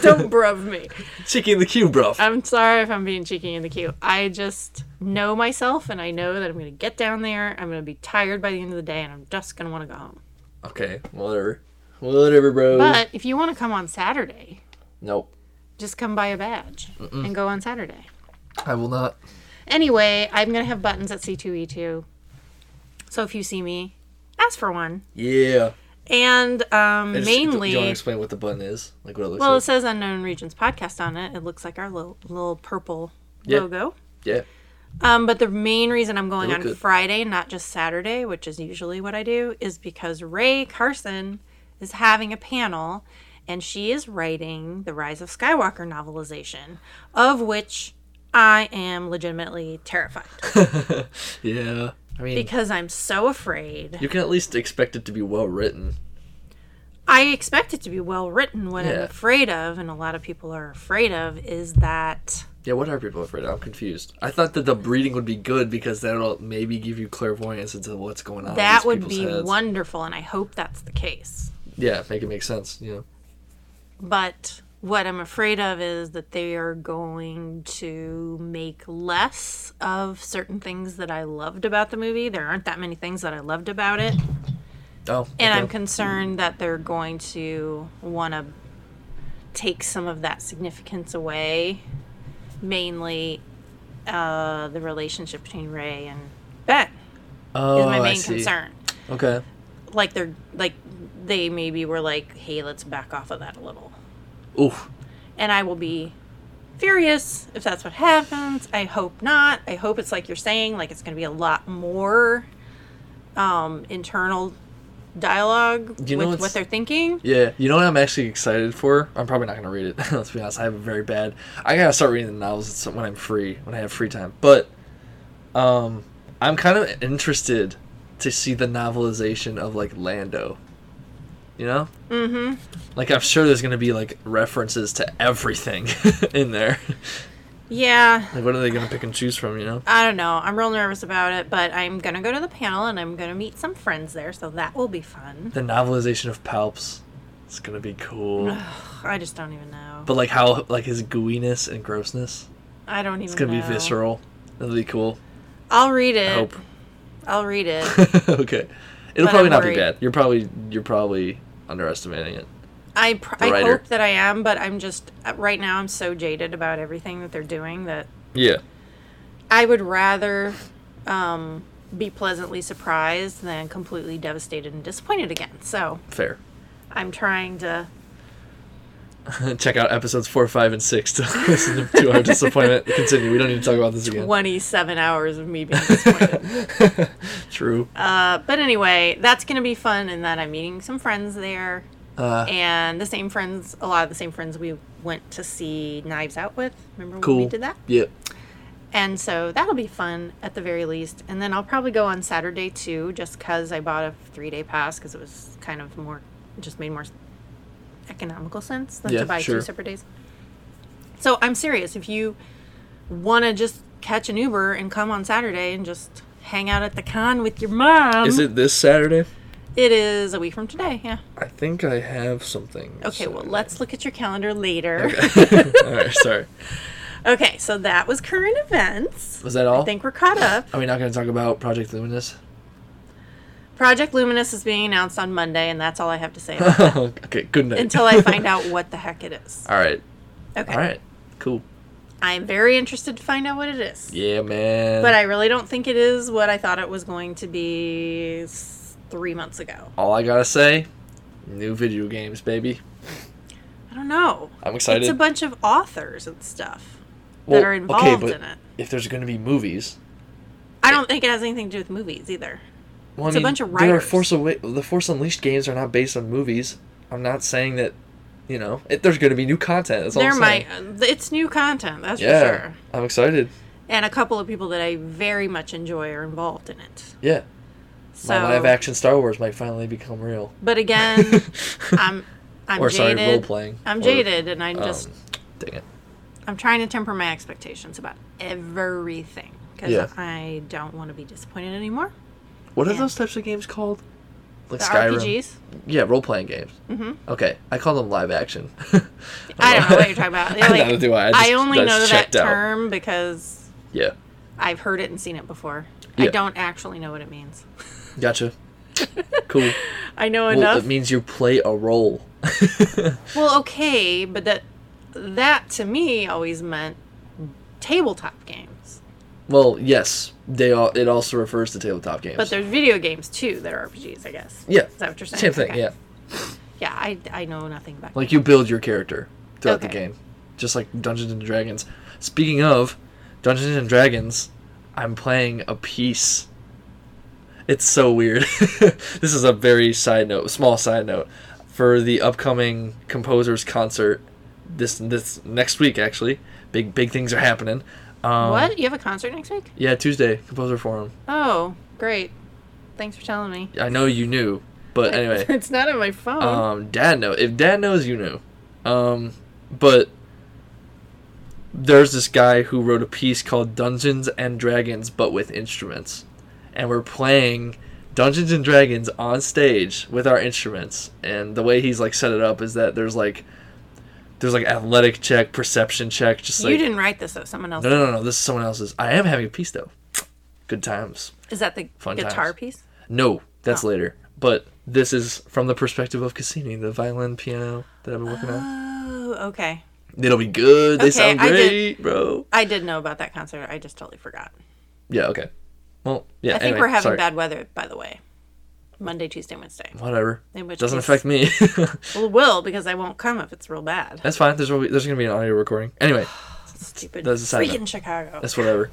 Speaker 1: Don't bruv me.
Speaker 2: Chicken in the queue, bruv.
Speaker 1: I'm sorry if I'm being cheeky in the queue. I just know myself, and I know that I'm gonna get down there. I'm gonna be tired by the end of the day, and I'm just gonna want to go home.
Speaker 2: okay, whatever, whatever, bro.
Speaker 1: But if you want to come on Saturday,
Speaker 2: nope,
Speaker 1: just come buy a badge and go on Saturday.
Speaker 2: I will not.
Speaker 1: Anyway, I'm gonna have buttons at C2E2. E So if you see me, ask for one.
Speaker 2: Yeah.
Speaker 1: And um,
Speaker 2: I just-
Speaker 1: mainly,
Speaker 2: Do you want to explain what the button is? Like what it looks
Speaker 1: well, it
Speaker 2: like?
Speaker 1: says Unknown Regions podcast on it. It looks like our little, little purple
Speaker 2: Yeah.
Speaker 1: logo.
Speaker 2: Yeah.
Speaker 1: Um, but the main reason I'm going
Speaker 2: They
Speaker 1: on
Speaker 2: look good.
Speaker 1: Friday, not just Saturday, which is usually what I do, is because Ray Carson is having a panel and she is writing the Rise of Skywalker novelization, of which I am legitimately terrified
Speaker 2: Yeah. I mean,
Speaker 1: because I'm so afraid.
Speaker 2: you can at least expect it to be well written.
Speaker 1: I expect it to be well written. What I'm
Speaker 2: Yeah.
Speaker 1: afraid of, and a lot of people are afraid of, is that
Speaker 2: Yeah, what are people afraid of? I'm confused. I thought that the breeding would be good because that'll maybe give you clairvoyance into what's going on. in
Speaker 1: that
Speaker 2: these
Speaker 1: would
Speaker 2: people's
Speaker 1: be
Speaker 2: heads.
Speaker 1: wonderful and i hope that's the case
Speaker 2: Yeah, make it make sense. You know.
Speaker 1: but what i'm afraid of is that they are going to make less of certain things that i loved about the movie there aren't that many things that i loved about it
Speaker 2: Oh.
Speaker 1: and
Speaker 2: okay.
Speaker 1: i'm concerned that they're going to want to take some of that significance away mainly uh, the relationship between ray and ben
Speaker 2: oh,
Speaker 1: is my
Speaker 2: I
Speaker 1: main
Speaker 2: see.
Speaker 1: concern
Speaker 2: Okay.
Speaker 1: like they're like they maybe were like hey let's back off of that a little
Speaker 2: Oof.
Speaker 1: and i will be furious if that's what happens i hope not i hope it's like you're saying like it's going to be a lot more um internal dialogue
Speaker 2: You know
Speaker 1: with what
Speaker 2: what's-
Speaker 1: they're thinking
Speaker 2: Yeah, you know what I'm actually excited for? I'm probably not gonna read it. Let's be honest, I have a very bad. I gotta start reading the novels at some- when I'm free, when I have free time. But, um, I'm kind of interested to see the novelization of like Lando. You know? Mm-hmm. Like I'm sure there's gonna be like references to everything in there.
Speaker 1: yeah
Speaker 2: like what are they gonna pick and choose from? You know?
Speaker 1: i don't know i'm real nervous about it but i'm going to go to the panel and i'm going to meet some friends there so that will be fun
Speaker 2: The novelization of Palps. It's gonna be cool.
Speaker 1: I just don't even know.
Speaker 2: But like how like his gooiness and grossness.
Speaker 1: I don't even.
Speaker 2: It's gonna
Speaker 1: know.
Speaker 2: be visceral. It'll be cool.
Speaker 1: I'll read it.
Speaker 2: I hope.
Speaker 1: I'll read it.
Speaker 2: okay. It'll
Speaker 1: But
Speaker 2: probably
Speaker 1: I'm
Speaker 2: not
Speaker 1: worried.
Speaker 2: be bad. You're probably you're probably underestimating it.
Speaker 1: I pr-
Speaker 2: The
Speaker 1: I
Speaker 2: writer.
Speaker 1: hope that I am, but I'm just uh, right now. I'm so jaded about everything that they're doing that
Speaker 2: Yeah.
Speaker 1: I would rather um, be pleasantly surprised than completely devastated and disappointed again. So
Speaker 2: Fair.
Speaker 1: I'm trying to.
Speaker 2: Check out episodes four, five, and six to listen to our disappointment. Continue. We don't need to talk about this again.
Speaker 1: 27 hours of me being disappointed.
Speaker 2: True.
Speaker 1: uh, but anyway, that's going to be fun in that I'm meeting some friends there.
Speaker 2: Uh,
Speaker 1: And the same friends, a lot of the same friends we went to see Knives Out with. Remember
Speaker 2: cool.
Speaker 1: when we did that?
Speaker 2: Yep.
Speaker 1: And so that'll be fun at the very least. And then I'll probably go on Saturday too, just because I bought a three day pass because it was kind of more, it just made more economical sense than
Speaker 2: Yeah,
Speaker 1: to buy
Speaker 2: sure.
Speaker 1: two separate days. So I'm serious. If you want to just catch an Uber and come on Saturday and just hang out at the con with your mom,
Speaker 2: Is it this Saturday?
Speaker 1: it is a week from today. Yeah.
Speaker 2: I think I have something.
Speaker 1: Okay, well, let's look at your calendar later.
Speaker 2: Saturday. all right. Sorry.
Speaker 1: okay, so that was current events.
Speaker 2: Was that all?
Speaker 1: I think we're caught up.
Speaker 2: Are we not going to talk about Project Luminous?
Speaker 1: Project Luminous is being announced on Monday, and that's all I have to say about it,
Speaker 2: okay. Good night.
Speaker 1: until I find out what the heck it is.
Speaker 2: all right.
Speaker 1: Okay.
Speaker 2: All right. Cool.
Speaker 1: I'm very interested to find out what it is.
Speaker 2: Yeah, man.
Speaker 1: But I really don't think it is what I thought it was going to be s- three months ago.
Speaker 2: all I gotta say, new video games, baby.
Speaker 1: I don't know.
Speaker 2: I'm excited.
Speaker 1: It's a bunch of authors and stuff
Speaker 2: Well,
Speaker 1: that are involved
Speaker 2: but
Speaker 1: in it.
Speaker 2: If there's gonna be movies,
Speaker 1: I don't think it has anything to do with movies either.
Speaker 2: well,
Speaker 1: It's
Speaker 2: I
Speaker 1: a
Speaker 2: mean,
Speaker 1: bunch of
Speaker 2: There are
Speaker 1: writers.
Speaker 2: Force Awa- the Force Unleashed games are not based on movies. I'm not saying that, you know, if there's gonna be new content. That's all
Speaker 1: there
Speaker 2: I'm
Speaker 1: might. uh,
Speaker 2: saying.
Speaker 1: It's new content, that's
Speaker 2: Yeah,
Speaker 1: for sure.
Speaker 2: I'm excited.
Speaker 1: And a couple of people that I very much enjoy are involved in it.
Speaker 2: Yeah,
Speaker 1: So,
Speaker 2: my live action Star Wars might finally become real.
Speaker 1: but again, I'm I'm
Speaker 2: or sorry,
Speaker 1: jaded.
Speaker 2: role playing.
Speaker 1: I'm jaded, and I'm
Speaker 2: Um,
Speaker 1: just
Speaker 2: dang it.
Speaker 1: I'm trying to temper my expectations about everything because
Speaker 2: Yeah.
Speaker 1: I don't want to be disappointed anymore.
Speaker 2: What are
Speaker 1: Yeah.
Speaker 2: those types of games called? Like
Speaker 1: The
Speaker 2: Skyrim.
Speaker 1: RPGs.
Speaker 2: Yeah, role playing games. Mm-hmm. Okay, I call them live action.
Speaker 1: I don't know what you're talking about.
Speaker 2: I
Speaker 1: Like,
Speaker 2: know, do I? I just-
Speaker 1: only
Speaker 2: I
Speaker 1: know
Speaker 2: just
Speaker 1: that
Speaker 2: checked out.
Speaker 1: term because
Speaker 2: Yeah,
Speaker 1: I've heard it and seen it before. I
Speaker 2: Yeah.
Speaker 1: don't actually know what it means.
Speaker 2: gotcha. cool.
Speaker 1: I know
Speaker 2: Well,
Speaker 1: enough.
Speaker 2: it means you play a role.
Speaker 1: well, okay, but that that to me always meant tabletop games.
Speaker 2: well, yes, they all. It also refers to tabletop games.
Speaker 1: But there's video games too that are RPGs, I guess.
Speaker 2: yeah,
Speaker 1: Is that what you're saying?
Speaker 2: same thing.
Speaker 1: Okay.
Speaker 2: Yeah,
Speaker 1: Yeah, I, I know nothing about
Speaker 2: like you build your character throughout the
Speaker 1: Okay.
Speaker 2: game, just like Dungeons and Dragons. Speaking of Dungeons and Dragons, I'm playing a piece. It's so weird. this is a very side note, small side note, for the upcoming composers concert. This this next week actually, big big things are happening. Um,
Speaker 1: What? You have a concert next week?
Speaker 2: Yeah, Tuesday, composer forum.
Speaker 1: Oh, great. Thanks for telling me.
Speaker 2: I know you knew, but anyway,
Speaker 1: it's not on my phone.
Speaker 2: um, Dad know. If Dad knows, you knew. Um, but there's this guy who wrote a piece called Dungeons and Dragons, but with instruments, and we're playing Dungeons and Dragons on stage with our instruments. And the way he's like set it up is that there's like there's like athletic check, perception check, just like
Speaker 1: you didn't write this, though. Someone else.
Speaker 2: no, no, no, no. This is someone else's. I am having a piece though. Good times.
Speaker 1: Is that the
Speaker 2: Fun
Speaker 1: guitar
Speaker 2: times.
Speaker 1: piece?
Speaker 2: No, that's
Speaker 1: Oh.
Speaker 2: later. But this is from the perspective of Cassini, the violin piano that I've been working on.
Speaker 1: Oh, okay.
Speaker 2: It'll be good. They
Speaker 1: Okay,
Speaker 2: sound
Speaker 1: I
Speaker 2: great,
Speaker 1: did-
Speaker 2: bro.
Speaker 1: I did know about that concert. I just totally forgot.
Speaker 2: Yeah, okay. Well, yeah.
Speaker 1: I think
Speaker 2: anyway,
Speaker 1: we're having
Speaker 2: sorry.
Speaker 1: bad weather, by the way. Monday, Tuesday, Wednesday.
Speaker 2: Whatever.
Speaker 1: In which
Speaker 2: Doesn't
Speaker 1: case-
Speaker 2: affect me.
Speaker 1: Well, it will because I won't come if it's real bad.
Speaker 2: that's fine. There's there's gonna be an audio recording. Anyway,
Speaker 1: Stupid.
Speaker 2: that's a side
Speaker 1: Freaking Chicago.
Speaker 2: that's whatever.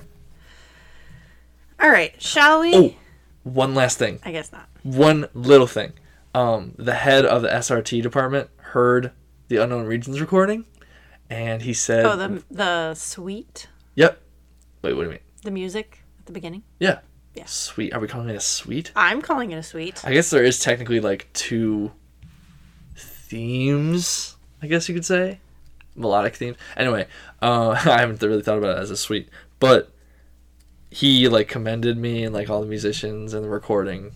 Speaker 1: All right. Shall we?
Speaker 2: Oh, one last thing.
Speaker 1: I guess not.
Speaker 2: One little thing. Um, the head of the SRT department heard the Unknown Regions recording, and he said,
Speaker 1: Oh, the the suite,
Speaker 2: "Yep." Wait, what do you mean?
Speaker 1: the music at the beginning.
Speaker 2: Yeah.
Speaker 1: Yeah.
Speaker 2: Sweet. Are we calling it a suite?
Speaker 1: I'm calling it a suite.
Speaker 2: I guess there is technically like two themes, I guess you could say. Melodic themes. Anyway, uh, I haven't really thought about it as a suite, but he like commended me and like all the musicians and the recording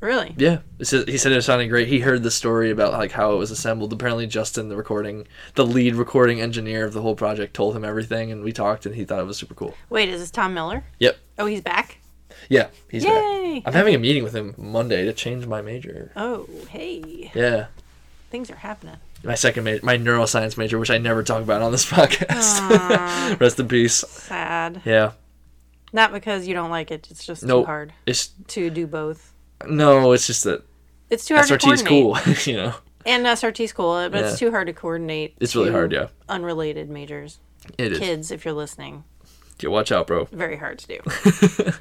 Speaker 1: Really?
Speaker 2: Yeah, It says- he said it sounded great. He heard the story about like how it was assembled. Apparently, Justin, the recording, the lead recording engineer of the whole project, told him everything, and we talked, and he thought it was super cool.
Speaker 1: Wait, is this Tom Miller?
Speaker 2: Yep.
Speaker 1: Oh, he's back.
Speaker 2: Yeah, he's
Speaker 1: Yay.
Speaker 2: back. I'm having a meeting with him Monday to change my major.
Speaker 1: Oh, hey,
Speaker 2: Yeah,
Speaker 1: things are happening.
Speaker 2: my second major, my neuroscience major, which I never talk about on this podcast. Rest in peace.
Speaker 1: Sad.
Speaker 2: Yeah.
Speaker 1: Not because you don't like it. It's just
Speaker 2: No.
Speaker 1: too hard
Speaker 2: It's
Speaker 1: to do both.
Speaker 2: no. It's just that
Speaker 1: It's too hard to
Speaker 2: SRT is
Speaker 1: coordinate.
Speaker 2: cool. you know,
Speaker 1: And SRT is cool, but
Speaker 2: Yeah.
Speaker 1: it's too hard to coordinate.
Speaker 2: It's really
Speaker 1: two
Speaker 2: hard, yeah.
Speaker 1: Unrelated majors.
Speaker 2: it is.
Speaker 1: Kids, if you're listening,
Speaker 2: Yeah, watch out, bro.
Speaker 1: very hard to do.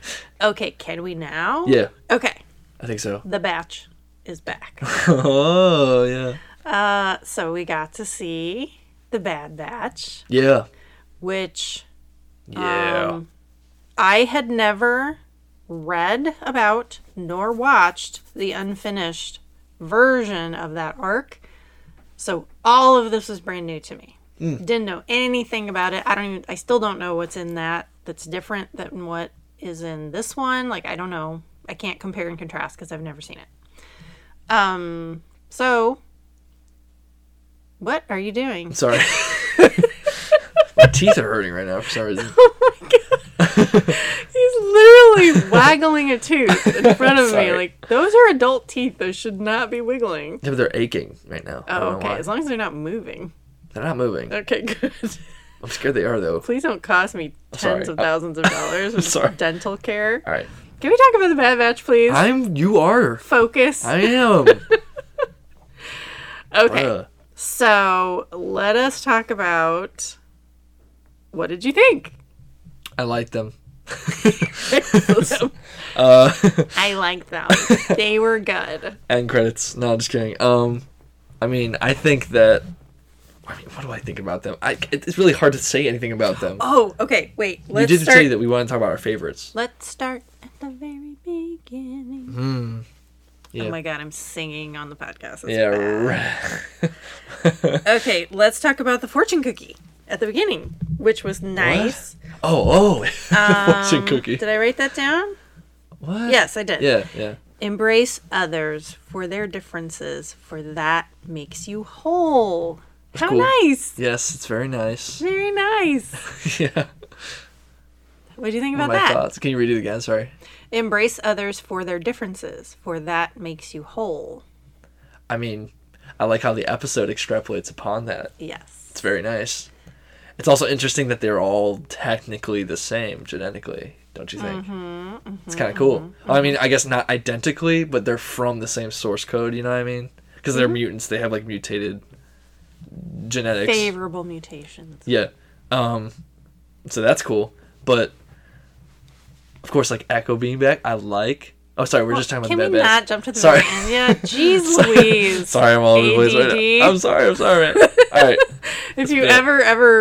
Speaker 1: okay, can we now?
Speaker 2: Yeah,
Speaker 1: Okay,
Speaker 2: I think so.
Speaker 1: the batch is back.
Speaker 2: oh yeah.
Speaker 1: uh, so we got to see the Bad Batch,
Speaker 2: Yeah.
Speaker 1: which
Speaker 2: Yeah.
Speaker 1: Um, I had never read about nor watched the unfinished version of that arc. So all of this was brand new to me. Didn't know anything about it. I don't even I still don't know what's in that that's different than what is in this one. Like I don't know. I can't compare and contrast because I've never seen it. Um so what are you doing?
Speaker 2: Sorry. My teeth are hurting right now for some reason.
Speaker 1: He's literally waggling a tooth in front of me.
Speaker 2: Sorry.
Speaker 1: Like those are adult teeth; those should not be wiggling.
Speaker 2: Yeah, but they're aching right now. I
Speaker 1: Oh,
Speaker 2: don't know
Speaker 1: okay.
Speaker 2: why.
Speaker 1: As long as they're not moving.
Speaker 2: They're not moving.
Speaker 1: Okay, good.
Speaker 2: I'm scared they are though.
Speaker 1: Please don't cost me
Speaker 2: sorry.
Speaker 1: tens of thousands of dollars with
Speaker 2: sorry.
Speaker 1: dental care.
Speaker 2: All right.
Speaker 1: Can we talk about the Bad Batch, please?
Speaker 2: I'm. You are.
Speaker 1: Focus.
Speaker 2: I am.
Speaker 1: okay.
Speaker 2: Bruh.
Speaker 1: So let us talk about what did you think?
Speaker 2: I like them.
Speaker 1: uh... I liked them. They were good.
Speaker 2: End credits. No, just kidding. Um, I mean, I think that. I mean, what do I think about them? I, it- it's really hard to say anything about them.
Speaker 1: Oh, okay. Wait.
Speaker 2: you
Speaker 1: Let's
Speaker 2: did
Speaker 1: start.
Speaker 2: say that we want to talk about our favorites.
Speaker 1: Let's start at the very beginning.
Speaker 2: Yeah.
Speaker 1: Oh my god, I'm singing on the podcast. That's
Speaker 2: Yeah.
Speaker 1: bad.
Speaker 2: Right.
Speaker 1: Okay, let's talk about the fortune cookie at the beginning, which was nice.
Speaker 2: Oh, oh. Fortune cookie.
Speaker 1: Did I write that down?
Speaker 2: what?
Speaker 1: Um, Yes, I did.
Speaker 2: Yeah, yeah.
Speaker 1: Embrace oers for their differences, for that makes you whole. How
Speaker 2: cool.
Speaker 1: nice.
Speaker 2: Yes, it's very nice.
Speaker 1: Very nice.
Speaker 2: yeah.
Speaker 1: What do you think
Speaker 2: My
Speaker 1: about that?
Speaker 2: thoughts. Can you read it again? Sorry.
Speaker 1: Embrace others for their differences, for that makes you whole.
Speaker 2: I mean, I like how the episode extrapolates upon that.
Speaker 1: Yes.
Speaker 2: It's very nice. It's also interesting that they're all technically the same genetically, don't you think?
Speaker 1: Mm-hmm,
Speaker 2: it's kind of cool. I mean, I guess not identically, but they're from the same source code, you know what I mean? Because
Speaker 1: Mm-hmm.
Speaker 2: they're mutants, they have like mutated genetics.
Speaker 1: Favorable mutations.
Speaker 2: Yeah. Um, so that's cool. But of course, like Echo being back, I like. Oh, sorry, we're just talking about
Speaker 1: Can
Speaker 2: the
Speaker 1: we not
Speaker 2: bad bats.
Speaker 1: jump to the
Speaker 2: Sorry.
Speaker 1: very end? Yeah, jeez
Speaker 2: Sorry.
Speaker 1: Louise.
Speaker 2: Sorry, I'm all over the place right
Speaker 1: ADD.
Speaker 2: now. I'm sorry. I'm sorry. all right.
Speaker 1: If you
Speaker 2: bad.
Speaker 1: ever ever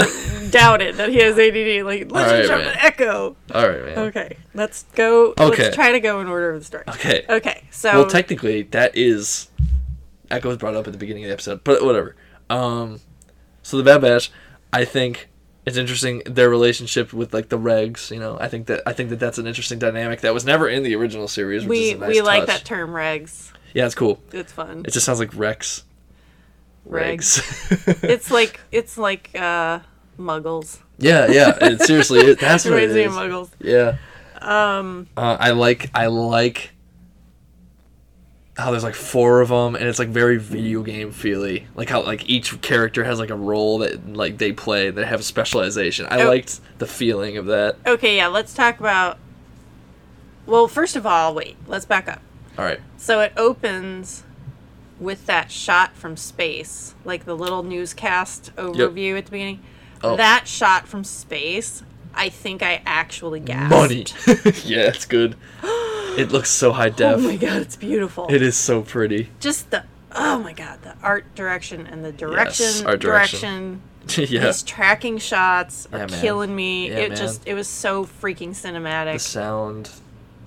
Speaker 1: doubted that he has ADD, like let's
Speaker 2: All right,
Speaker 1: just jump
Speaker 2: man.
Speaker 1: to Echo.
Speaker 2: All right, man. Okay.
Speaker 1: Okay, let's go.
Speaker 2: Okay.
Speaker 1: Let's try to go in order of the story. Okay, so
Speaker 2: Well, technically, that is Echo was brought up at the beginning of the episode, but whatever. Um, so the Bad Batch, I think it's interesting their relationship with like the Regs. You know, I think that I think that that's an interesting dynamic that was never in the original series. Which
Speaker 1: we
Speaker 2: is a nice
Speaker 1: we like
Speaker 2: touch.
Speaker 1: that term regs.
Speaker 2: Yeah, it's cool.
Speaker 1: It's fun.
Speaker 2: It just sounds like Rex.
Speaker 1: Regs.
Speaker 2: Regs.
Speaker 1: it's like it's like uh, muggles.
Speaker 2: yeah, yeah. It, seriously, it, that's what it
Speaker 1: Reminds me of
Speaker 2: is.
Speaker 1: muggles.
Speaker 2: Yeah.
Speaker 1: Um,
Speaker 2: Uh, I like I like how there's like four of them, and it's like very video game feely. Like how like each character has like a role that like they play that have specialization. I
Speaker 1: Oh.
Speaker 2: liked the feeling of that.
Speaker 1: okay, yeah. Let's talk about. Well, first of all, wait. Let's back up.
Speaker 2: All right.
Speaker 1: So it opens with that shot from space, like the little newscast overview at the beginning.
Speaker 2: Oh.
Speaker 1: That shot from space, I think I actually gasped.
Speaker 2: Money. yeah, it's good. It looks so high
Speaker 1: Oh
Speaker 2: def.
Speaker 1: my god, it's beautiful.
Speaker 2: it is so pretty.
Speaker 1: Just the oh my god, the art direction and the direction
Speaker 2: art direction.
Speaker 1: direction.
Speaker 2: yeah.
Speaker 1: These tracking shots are
Speaker 2: Yeah, man.
Speaker 1: killing me.
Speaker 2: Yeah,
Speaker 1: it
Speaker 2: man.
Speaker 1: just it was so freaking cinematic.
Speaker 2: The sound.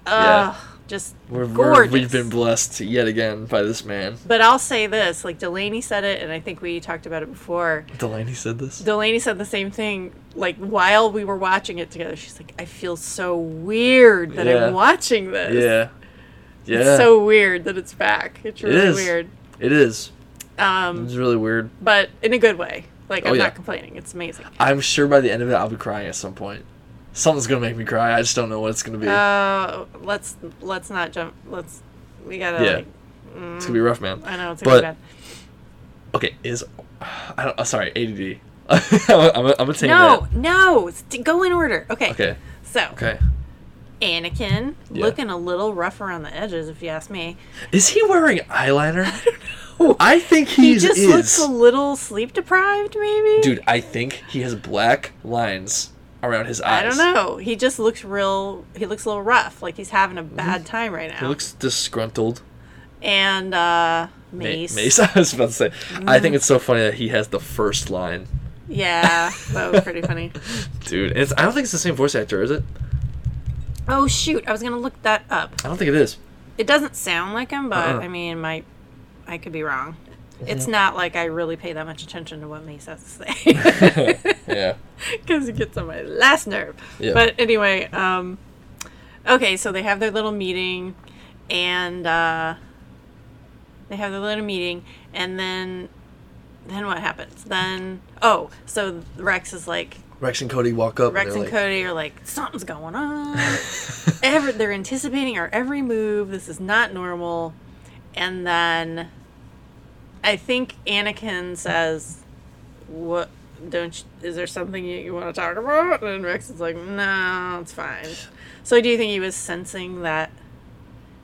Speaker 1: Ugh, just
Speaker 2: We're, we're,
Speaker 1: gorgeous.
Speaker 2: we've been blessed yet again by this man.
Speaker 1: but I'll say this, like Delaney said it, and I think we talked about it before.
Speaker 2: Delaney said this.
Speaker 1: Delaney said the same thing, like while we were watching it together. She's like, I feel so weird that
Speaker 2: Yeah.
Speaker 1: I'm watching this.
Speaker 2: Yeah. Yeah.
Speaker 1: It's so weird that it's back. It's really
Speaker 2: is.
Speaker 1: weird.
Speaker 2: it is.
Speaker 1: Um,
Speaker 2: It's really weird.
Speaker 1: but in a good way. Like
Speaker 2: Oh,
Speaker 1: I'm
Speaker 2: yeah.
Speaker 1: not complaining. It's amazing.
Speaker 2: I'm sure by the end of it, I'll be crying at some point. Something's gonna make me cry. I just don't know what it's gonna be.
Speaker 1: Uh, let's let's not jump. Let's we gotta.
Speaker 2: Yeah.
Speaker 1: Like,
Speaker 2: it's gonna be rough, man.
Speaker 1: I know it's
Speaker 2: But-
Speaker 1: gonna be bad.
Speaker 2: Okay, is I don't. oh, sorry, ADD. I'm, I'm gonna take
Speaker 1: No, no, st- go in order. Okay.
Speaker 2: that. Okay.
Speaker 1: So
Speaker 2: Okay.
Speaker 1: Anakin
Speaker 2: Yeah.
Speaker 1: looking a little rough around the edges, if you ask me.
Speaker 2: Is he wearing eyeliner? I think
Speaker 1: He
Speaker 2: he's
Speaker 1: just
Speaker 2: is.
Speaker 1: looks a little sleep deprived, maybe.
Speaker 2: Dude, I think he has black lines around his eyes.
Speaker 1: I don't know. He just looks real. He looks a little rough, like he's having a bad time right
Speaker 2: Mm-hmm. He
Speaker 1: now.
Speaker 2: looks disgruntled.
Speaker 1: and uh,
Speaker 2: Ma-
Speaker 1: Mace. Mm.
Speaker 2: Mace. I was about to say. I think it's so funny that he has the first line,
Speaker 1: Yeah, that was pretty funny.
Speaker 2: dude. It's. I don't think it's the same voice actor, is it?
Speaker 1: Oh shoot, I was gonna look that up.
Speaker 2: I don't think it is.
Speaker 1: It doesn't sound like him, but
Speaker 2: Uh-uh.
Speaker 1: I mean, my, I could be wrong. It's not like I really pay that much attention to what Mace has to say.
Speaker 2: yeah.
Speaker 1: because it gets on my last nerve.
Speaker 2: Yeah.
Speaker 1: But anyway, um, okay, so they have their little meeting, and uh, they have their little meeting, and then, then what happens? Then oh, so Rex is like
Speaker 2: Rex and Cody walk up.
Speaker 1: Rex and
Speaker 2: and, they're
Speaker 1: Cody are like something's going on.
Speaker 2: like,
Speaker 1: Ever they're anticipating our every move. This is not normal, and then I think Anakin says, "What don't you, is there something you, you want to talk about?" And Rex is like, "No, it's fine." So do you think he was sensing that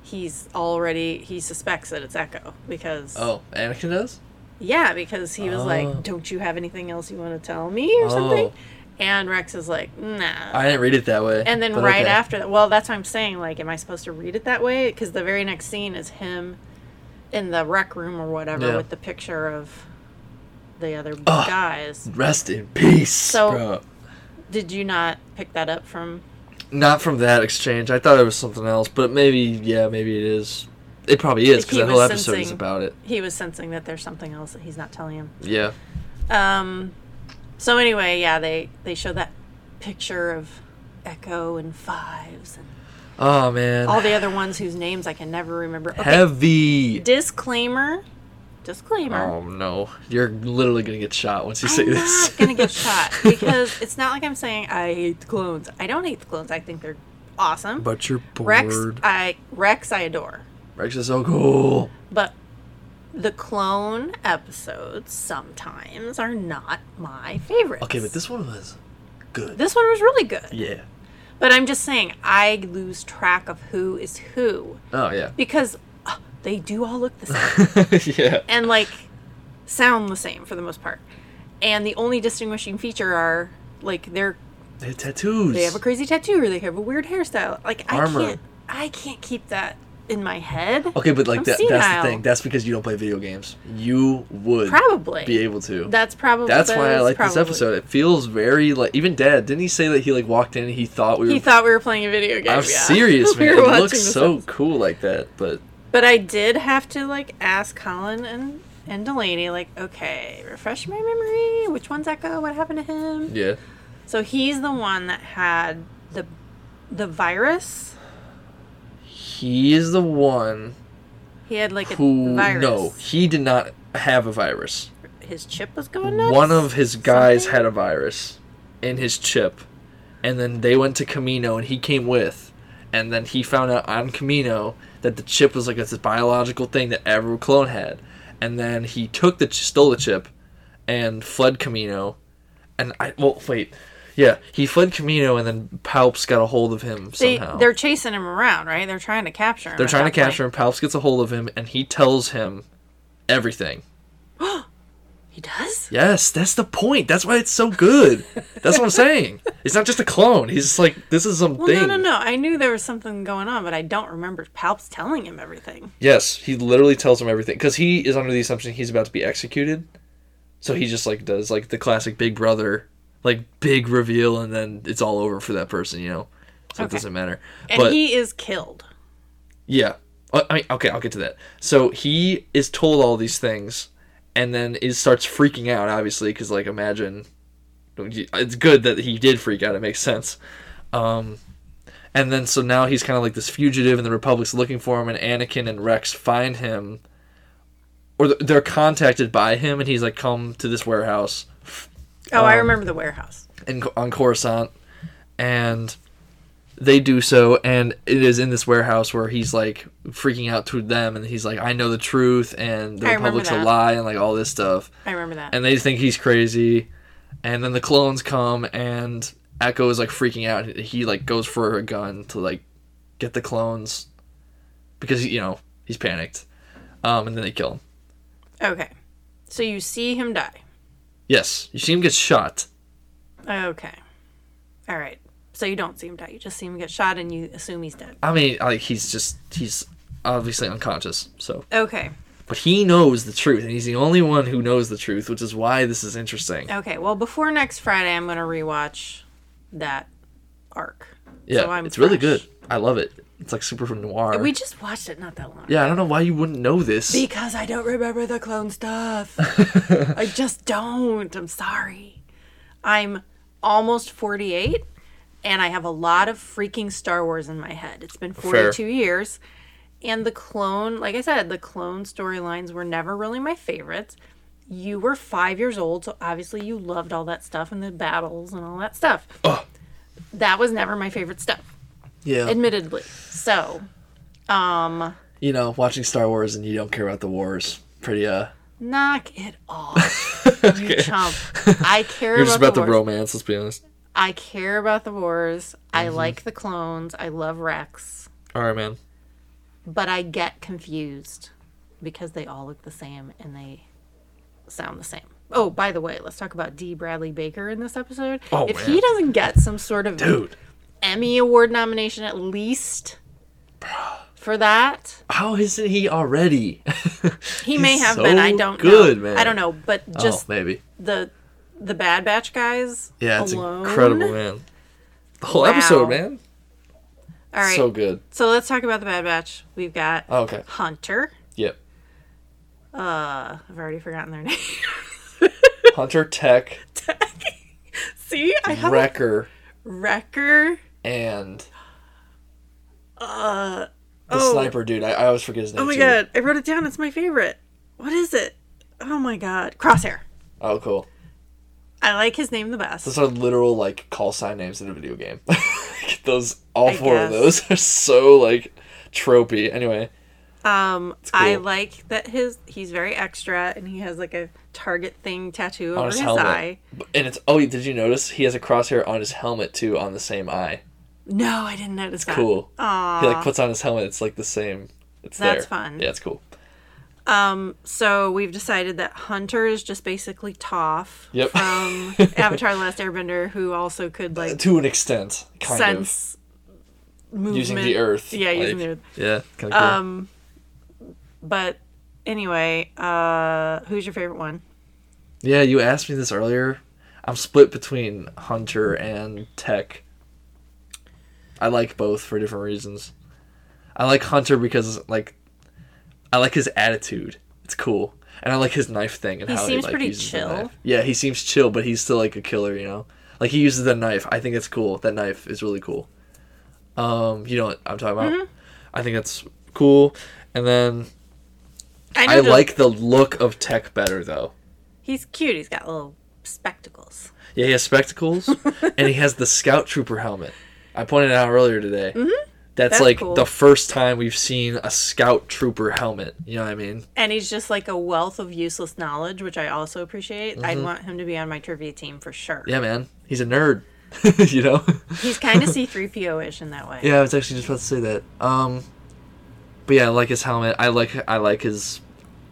Speaker 1: he's already he suspects that it's Echo because
Speaker 2: oh, Anakin does.
Speaker 1: yeah because he was
Speaker 2: Oh.
Speaker 1: like, "Don't you have anything else you want to tell me or something?"
Speaker 2: Oh.
Speaker 1: And Rex is like, "Nah."
Speaker 2: I didn't read it that way.
Speaker 1: And then
Speaker 2: but
Speaker 1: right
Speaker 2: okay.
Speaker 1: after that, well, that's what I'm saying. Like, am I supposed to read it that way? Because the very next scene is him in the rec room or whatever
Speaker 2: Yeah.
Speaker 1: with the picture of the other
Speaker 2: Ugh.
Speaker 1: guys.
Speaker 2: Rest in peace,
Speaker 1: So-
Speaker 2: bro.
Speaker 1: Did you not pick that up from?
Speaker 2: Not from that exchange. I thought it was something else, but maybe, yeah, maybe it is. It probably is because
Speaker 1: He
Speaker 2: that whole
Speaker 1: was
Speaker 2: episode is
Speaker 1: sensing-
Speaker 2: about it.
Speaker 1: He was sensing that there's something else that he's not telling him.
Speaker 2: Yeah.
Speaker 1: Um. So anyway, yeah, they they show that picture of Echo and Fives and
Speaker 2: Oh man.
Speaker 1: all the other ones whose names I can never remember. Okay.
Speaker 2: Heavy.
Speaker 1: disclaimer. Disclaimer.
Speaker 2: Oh no! You're literally gonna get shot once you say
Speaker 1: I'm
Speaker 2: this.
Speaker 1: not gonna get shot because it's not like I'm saying I hate the clones. I don't hate the clones. I think they're awesome.
Speaker 2: But you're bored.
Speaker 1: Rex,
Speaker 2: Rex,
Speaker 1: I Rex, I adore.
Speaker 2: is so cool.
Speaker 1: But the clone episodes sometimes are not my favorites.
Speaker 2: Okay, but this one was good.
Speaker 1: this one was really good.
Speaker 2: yeah.
Speaker 1: But I'm just saying I lose track of who is who
Speaker 2: Oh yeah.
Speaker 1: because uh, they do all look the same.
Speaker 2: yeah.
Speaker 1: and like sound the same for the most part. And the only distinguishing feature are like their
Speaker 2: They had tattoos.
Speaker 1: they have a crazy tattoo or they have a weird hairstyle. Like
Speaker 2: Armor.
Speaker 1: I can't I can't keep that in my head.
Speaker 2: okay, but like
Speaker 1: I'm
Speaker 2: that, that's the
Speaker 1: senile.
Speaker 2: thing. That's because you don't play video games. You would
Speaker 1: Probably.
Speaker 2: be able to.
Speaker 1: that's probably
Speaker 2: That's why I
Speaker 1: that's
Speaker 2: like this
Speaker 1: probably-
Speaker 2: episode. It feels very like even Dad didn't he say that he like walked in and he thought we were.
Speaker 1: He thought we were playing a video game.
Speaker 2: I'm
Speaker 1: yeah.
Speaker 2: serious,
Speaker 1: We
Speaker 2: man.
Speaker 1: were
Speaker 2: it
Speaker 1: watching
Speaker 2: looks
Speaker 1: this
Speaker 2: so
Speaker 1: episode.
Speaker 2: cool like that, but
Speaker 1: But I did have to like ask Colin and and Delaney like, okay, refresh my memory. Which one's Echo? What happened to him?
Speaker 2: yeah.
Speaker 1: So he's the one that had the the virus.
Speaker 2: He is the one
Speaker 1: He had like a
Speaker 2: who
Speaker 1: virus.
Speaker 2: no, he did not have a virus.
Speaker 1: his chip was going nuts.
Speaker 2: One of his guys
Speaker 1: Something?
Speaker 2: had a virus in his chip, and then they went to Camino, and he came with, and then he found out on Camino that the chip was like this biological thing that every clone had, and then he took the ch- stole the chip, and fled Camino, and I well wait, yeah, he fled Camino, and then Palps got a hold of him
Speaker 1: they
Speaker 2: somehow.
Speaker 1: they're chasing him around, right? They're trying to capture him.
Speaker 2: They're
Speaker 1: at
Speaker 2: trying to
Speaker 1: that point.
Speaker 2: capture him. Palps gets a hold of him, and he tells him everything.
Speaker 1: He does.
Speaker 2: Yes, that's the point. That's why it's so good. That's what I'm saying. It's not just a clone. He's just like, this is something.
Speaker 1: Well, no, no, no. I knew there was something going on, but I don't remember Palps telling him everything.
Speaker 2: Yes, he literally tells him everything because he is under the assumption he's about to be executed. So he just like does like the classic Big Brother, like big reveal, and then it's all over for that person. You know, so it
Speaker 1: Okay.
Speaker 2: doesn't matter.
Speaker 1: And
Speaker 2: but
Speaker 1: he is killed.
Speaker 2: Yeah. Uh, I mean, okay, I'll get to that. So he is told all these things, and then is starts freaking out, obviously, because like imagine, it's good that he did freak out. It makes sense. Um, And then so now he's kind of like this fugitive, and the Republic's looking for him, and Anakin and Rex find him, or th- they're contacted by him, and he's like, "Come to this warehouse
Speaker 1: Oh,
Speaker 2: Um,
Speaker 1: I remember the warehouse.
Speaker 2: in, on Coruscant," and they do so, and it is in this warehouse where he's like freaking out to them, and he's like, "I know the truth, and the
Speaker 1: I remember
Speaker 2: Republic's a
Speaker 1: that.
Speaker 2: lie," and like all this stuff
Speaker 1: I remember that.
Speaker 2: and they think he's crazy and then the clones come and echo is like freaking out he like goes for a gun to like get the clones because you know he's panicked um, and then they kill him
Speaker 1: okay. So you see him die.
Speaker 2: yes you see him get shot
Speaker 1: Okay. All right. So you don't see him die. You just see him get shot and you assume he's dead.
Speaker 2: i mean like he's just he's obviously unconscious so
Speaker 1: Okay.
Speaker 2: but he knows the truth and he's the only one who knows the truth which is why this is interesting
Speaker 1: Okay. Well, before next Friday, I'm going to rewatch that arc.
Speaker 2: yeah
Speaker 1: I'm
Speaker 2: it's really
Speaker 1: fresh.
Speaker 2: good i love it it's like super noir
Speaker 1: We just watched it not that long.
Speaker 2: yeah i don't know why you wouldn't know this
Speaker 1: Because I don't remember the clone stuff. I just don't. I'm sorry. I'm almost 48 and I have a lot of freaking Star Wars in my head. It's been 42 years. And the clone, like I said, the clone storylines were never really my favorites. You were five years old, so obviously you loved all that stuff and the battles and all that stuff.
Speaker 2: Ugh.
Speaker 1: That was never my favorite stuff,
Speaker 2: yeah
Speaker 1: admittedly. So, um,
Speaker 2: you know, watching Star Wars and you don't care about the wars. Pretty uh
Speaker 1: Knock it off, you chump. I care
Speaker 2: You're
Speaker 1: about,
Speaker 2: just about
Speaker 1: the
Speaker 2: the
Speaker 1: wars.
Speaker 2: romance, let's be honest.
Speaker 1: I care about the wars.
Speaker 2: Mm-hmm.
Speaker 1: I like the clones. I love Rex.
Speaker 2: Alright man.
Speaker 1: But I get confused because they all look the same and they sound the same. Oh, by the way, let's talk about D. Bradley Baker in this episode.
Speaker 2: Oh,
Speaker 1: if
Speaker 2: man.
Speaker 1: he doesn't get some sort of
Speaker 2: Dude.
Speaker 1: Emmy Award nomination at least for that,
Speaker 2: How isn't he already?
Speaker 1: he may
Speaker 2: He's
Speaker 1: have been. I
Speaker 2: so
Speaker 1: don't
Speaker 2: good,
Speaker 1: know.
Speaker 2: man.
Speaker 1: I don't know, but
Speaker 2: oh,
Speaker 1: just
Speaker 2: maybe.
Speaker 1: the the Bad Batch guys
Speaker 2: Yeah, it's
Speaker 1: alone.
Speaker 2: incredible, man. The whole
Speaker 1: Wow.
Speaker 2: episode, man.
Speaker 1: All right.
Speaker 2: So good.
Speaker 1: So let's talk about the Bad Batch. We've got
Speaker 2: Oh, okay.
Speaker 1: Hunter.
Speaker 2: Yep.
Speaker 1: Uh, I've already forgotten their name.
Speaker 2: Hunter Tech,
Speaker 1: See, I have a
Speaker 2: Wrecker,
Speaker 1: Wrecker.
Speaker 2: and
Speaker 1: Uh,
Speaker 2: the
Speaker 1: Oh.
Speaker 2: sniper dude. I, I always forget his name.
Speaker 1: oh my
Speaker 2: too.
Speaker 1: god, I wrote it down. It's my favorite. What is it? Oh my god, Crosshair.
Speaker 2: Oh cool.
Speaker 1: I like his name the best.
Speaker 2: Those are literal like call sign names in a video game. those all
Speaker 1: I
Speaker 2: four of
Speaker 1: guess.
Speaker 2: those are so like tropey. Anyway.
Speaker 1: Um, I
Speaker 2: cool.
Speaker 1: like that his he's very extra and he has like a target thing tattoo over
Speaker 2: on his,
Speaker 1: his,
Speaker 2: helmet.
Speaker 1: eye.
Speaker 2: But- And it's oh, did you notice he has a crosshair on his helmet too on the same eye?
Speaker 1: No, I didn't notice that.
Speaker 2: Cool.
Speaker 1: Aw.
Speaker 2: He like puts on his helmet. It's like the same. It's
Speaker 1: That's
Speaker 2: there.
Speaker 1: fun.
Speaker 2: Yeah, it's cool.
Speaker 1: Um, so we've decided that Hunter is just basically Toph
Speaker 2: Yep.
Speaker 1: from Um, Avatar: The Last Airbender, who also could like
Speaker 2: To an extent, kind
Speaker 1: sense movement.
Speaker 2: of using the earth.
Speaker 1: Yeah, using
Speaker 2: like-
Speaker 1: the earth.
Speaker 2: Yeah, kind of cool.
Speaker 1: Um, but anyway, uh, who's your favorite one?
Speaker 2: yeah, you asked me this earlier. I'm split between Hunter and Tech. I like both for different reasons. I like Hunter because like I like his attitude. It's cool. And I like his knife thing and
Speaker 1: He
Speaker 2: how
Speaker 1: seems
Speaker 2: he like
Speaker 1: pretty
Speaker 2: uses the
Speaker 1: chill.
Speaker 2: knife. Yeah, he seems chill, but he's still like a killer, you know. Like he uses the knife. I think it's cool. That knife is really cool. Um, you know what I'm talking about?
Speaker 1: Mm-hmm.
Speaker 2: I think that's cool. And then I,
Speaker 1: know
Speaker 2: like the look of Tech better though.
Speaker 1: he's cute. He's got little spectacles.
Speaker 2: Yeah, he has spectacles and he has the scout trooper helmet. I pointed out earlier today. Mm-hmm. That's,
Speaker 1: That's
Speaker 2: like
Speaker 1: cool.
Speaker 2: the first time we've seen a scout trooper helmet. You know what I mean?
Speaker 1: And he's just like a wealth of useless knowledge, which I also appreciate. I'd want him to be on my trivia team for sure.
Speaker 2: Mm-hmm. Yeah, man. He's a nerd. you know?
Speaker 1: He's kind of C3PO ish in that way.
Speaker 2: Yeah, I was actually just about to say that. Um, but yeah, I like his helmet. I like I like his,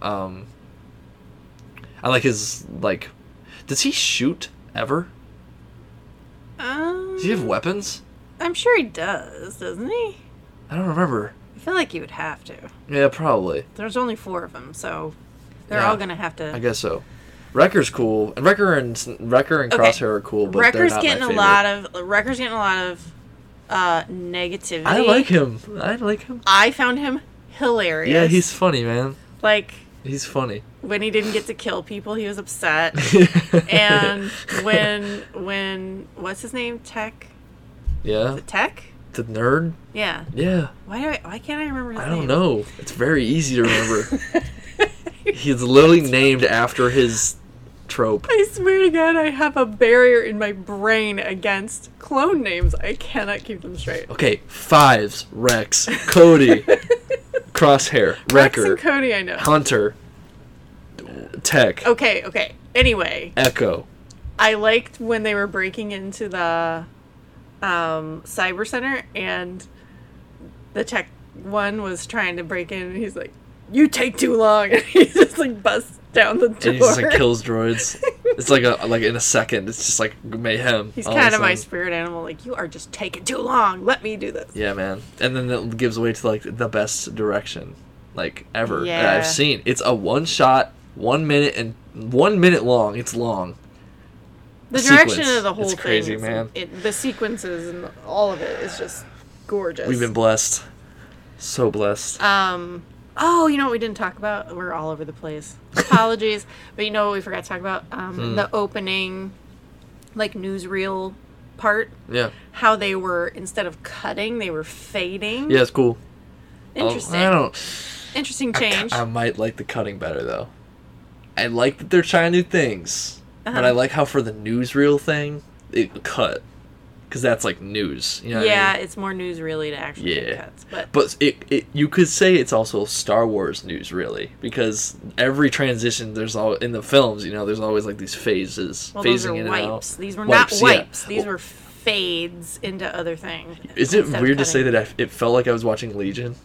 Speaker 2: um, I like his like. Does he shoot ever?
Speaker 1: Um,
Speaker 2: Does he have weapons?
Speaker 1: I'm sure he does, doesn't he?
Speaker 2: I don't remember.
Speaker 1: I feel like he would have to.
Speaker 2: Yeah, probably.
Speaker 1: There's only four of them, so they're
Speaker 2: Yeah.
Speaker 1: all gonna have to.
Speaker 2: I guess so. Wrecker's cool, and Wrecker and Wrecker and
Speaker 1: Okay.
Speaker 2: Crosshair are cool, but
Speaker 1: Wrecker's
Speaker 2: they're not
Speaker 1: getting
Speaker 2: my
Speaker 1: a
Speaker 2: favorite.
Speaker 1: lot of Wrecker's getting a lot of uh, negativity.
Speaker 2: I like him. I like him.
Speaker 1: I found him hilarious.
Speaker 2: Yeah, he's funny, man.
Speaker 1: like
Speaker 2: He's funny.
Speaker 1: when he didn't get to kill people, he was upset. and when when what's his name? Tech
Speaker 2: yeah,
Speaker 1: Tech
Speaker 2: the nerd.
Speaker 1: Yeah.
Speaker 2: Yeah,
Speaker 1: Why do I? Why can't I remember his
Speaker 2: I
Speaker 1: name?
Speaker 2: don't know. It's very easy to remember. He's literally named after his trope.
Speaker 1: I swear to God, I have a barrier in my brain against clone names. I cannot keep them straight.
Speaker 2: Okay, fives, Rex, Cody, Crosshair,
Speaker 1: Rex and
Speaker 2: Wrecker,
Speaker 1: Cody, I know.
Speaker 2: Hunter, Tech,
Speaker 1: Okay, okay. Anyway,
Speaker 2: Echo.
Speaker 1: I liked when they were breaking into the um, cyber center and the tech one was trying to break in and he's like, You take too long. And he just like busts down the door.
Speaker 2: And he just like kills droids. It's like a like in a second. It's just like mayhem.
Speaker 1: He's
Speaker 2: all of a
Speaker 1: kind of my
Speaker 2: sudden.
Speaker 1: spirit animal. Like, you are just taking too long. Let me do this.
Speaker 2: Yeah, man. And then that gives way to like the best direction, like ever that
Speaker 1: Yeah.
Speaker 2: I've seen. It's a one shot, one minute and one minute long. It's long.
Speaker 1: The
Speaker 2: sequence.
Speaker 1: direction of the whole
Speaker 2: It's
Speaker 1: thing.
Speaker 2: crazy,
Speaker 1: is-
Speaker 2: man.
Speaker 1: It, the sequences and all of it is just gorgeous.
Speaker 2: We've been blessed, so blessed.
Speaker 1: Um. Oh, you know what we didn't talk about? We're all over the place. Apologies, but you know what we forgot to talk about? Um,
Speaker 2: Hmm.
Speaker 1: The opening, like newsreel part.
Speaker 2: Yeah,
Speaker 1: How they were instead of cutting, they were fading.
Speaker 2: yeah, it's cool. I'll-
Speaker 1: Interesting.
Speaker 2: I don't.
Speaker 1: Interesting
Speaker 2: I
Speaker 1: change.
Speaker 2: ki- I, might like the cutting better though. I like that they're trying new things, but
Speaker 1: Uh-huh.
Speaker 2: I like how for the newsreel thing it cut, because that's like news. You know what I mean?
Speaker 1: yeah, it's more newsreely to actually
Speaker 2: Yeah.
Speaker 1: cuts, but,
Speaker 2: But it, it you could say it's also Star Wars news really because every transition there's all in the films you know there's always like these phases
Speaker 1: well,
Speaker 2: phasing
Speaker 1: those are
Speaker 2: in and out.
Speaker 1: wipes. These were
Speaker 2: Wipes,
Speaker 1: not
Speaker 2: yeah.
Speaker 1: wipes. These were fades into other things.
Speaker 2: Is it
Speaker 1: instead of
Speaker 2: weird to say
Speaker 1: cutting.
Speaker 2: that I, it felt like I was watching Legion?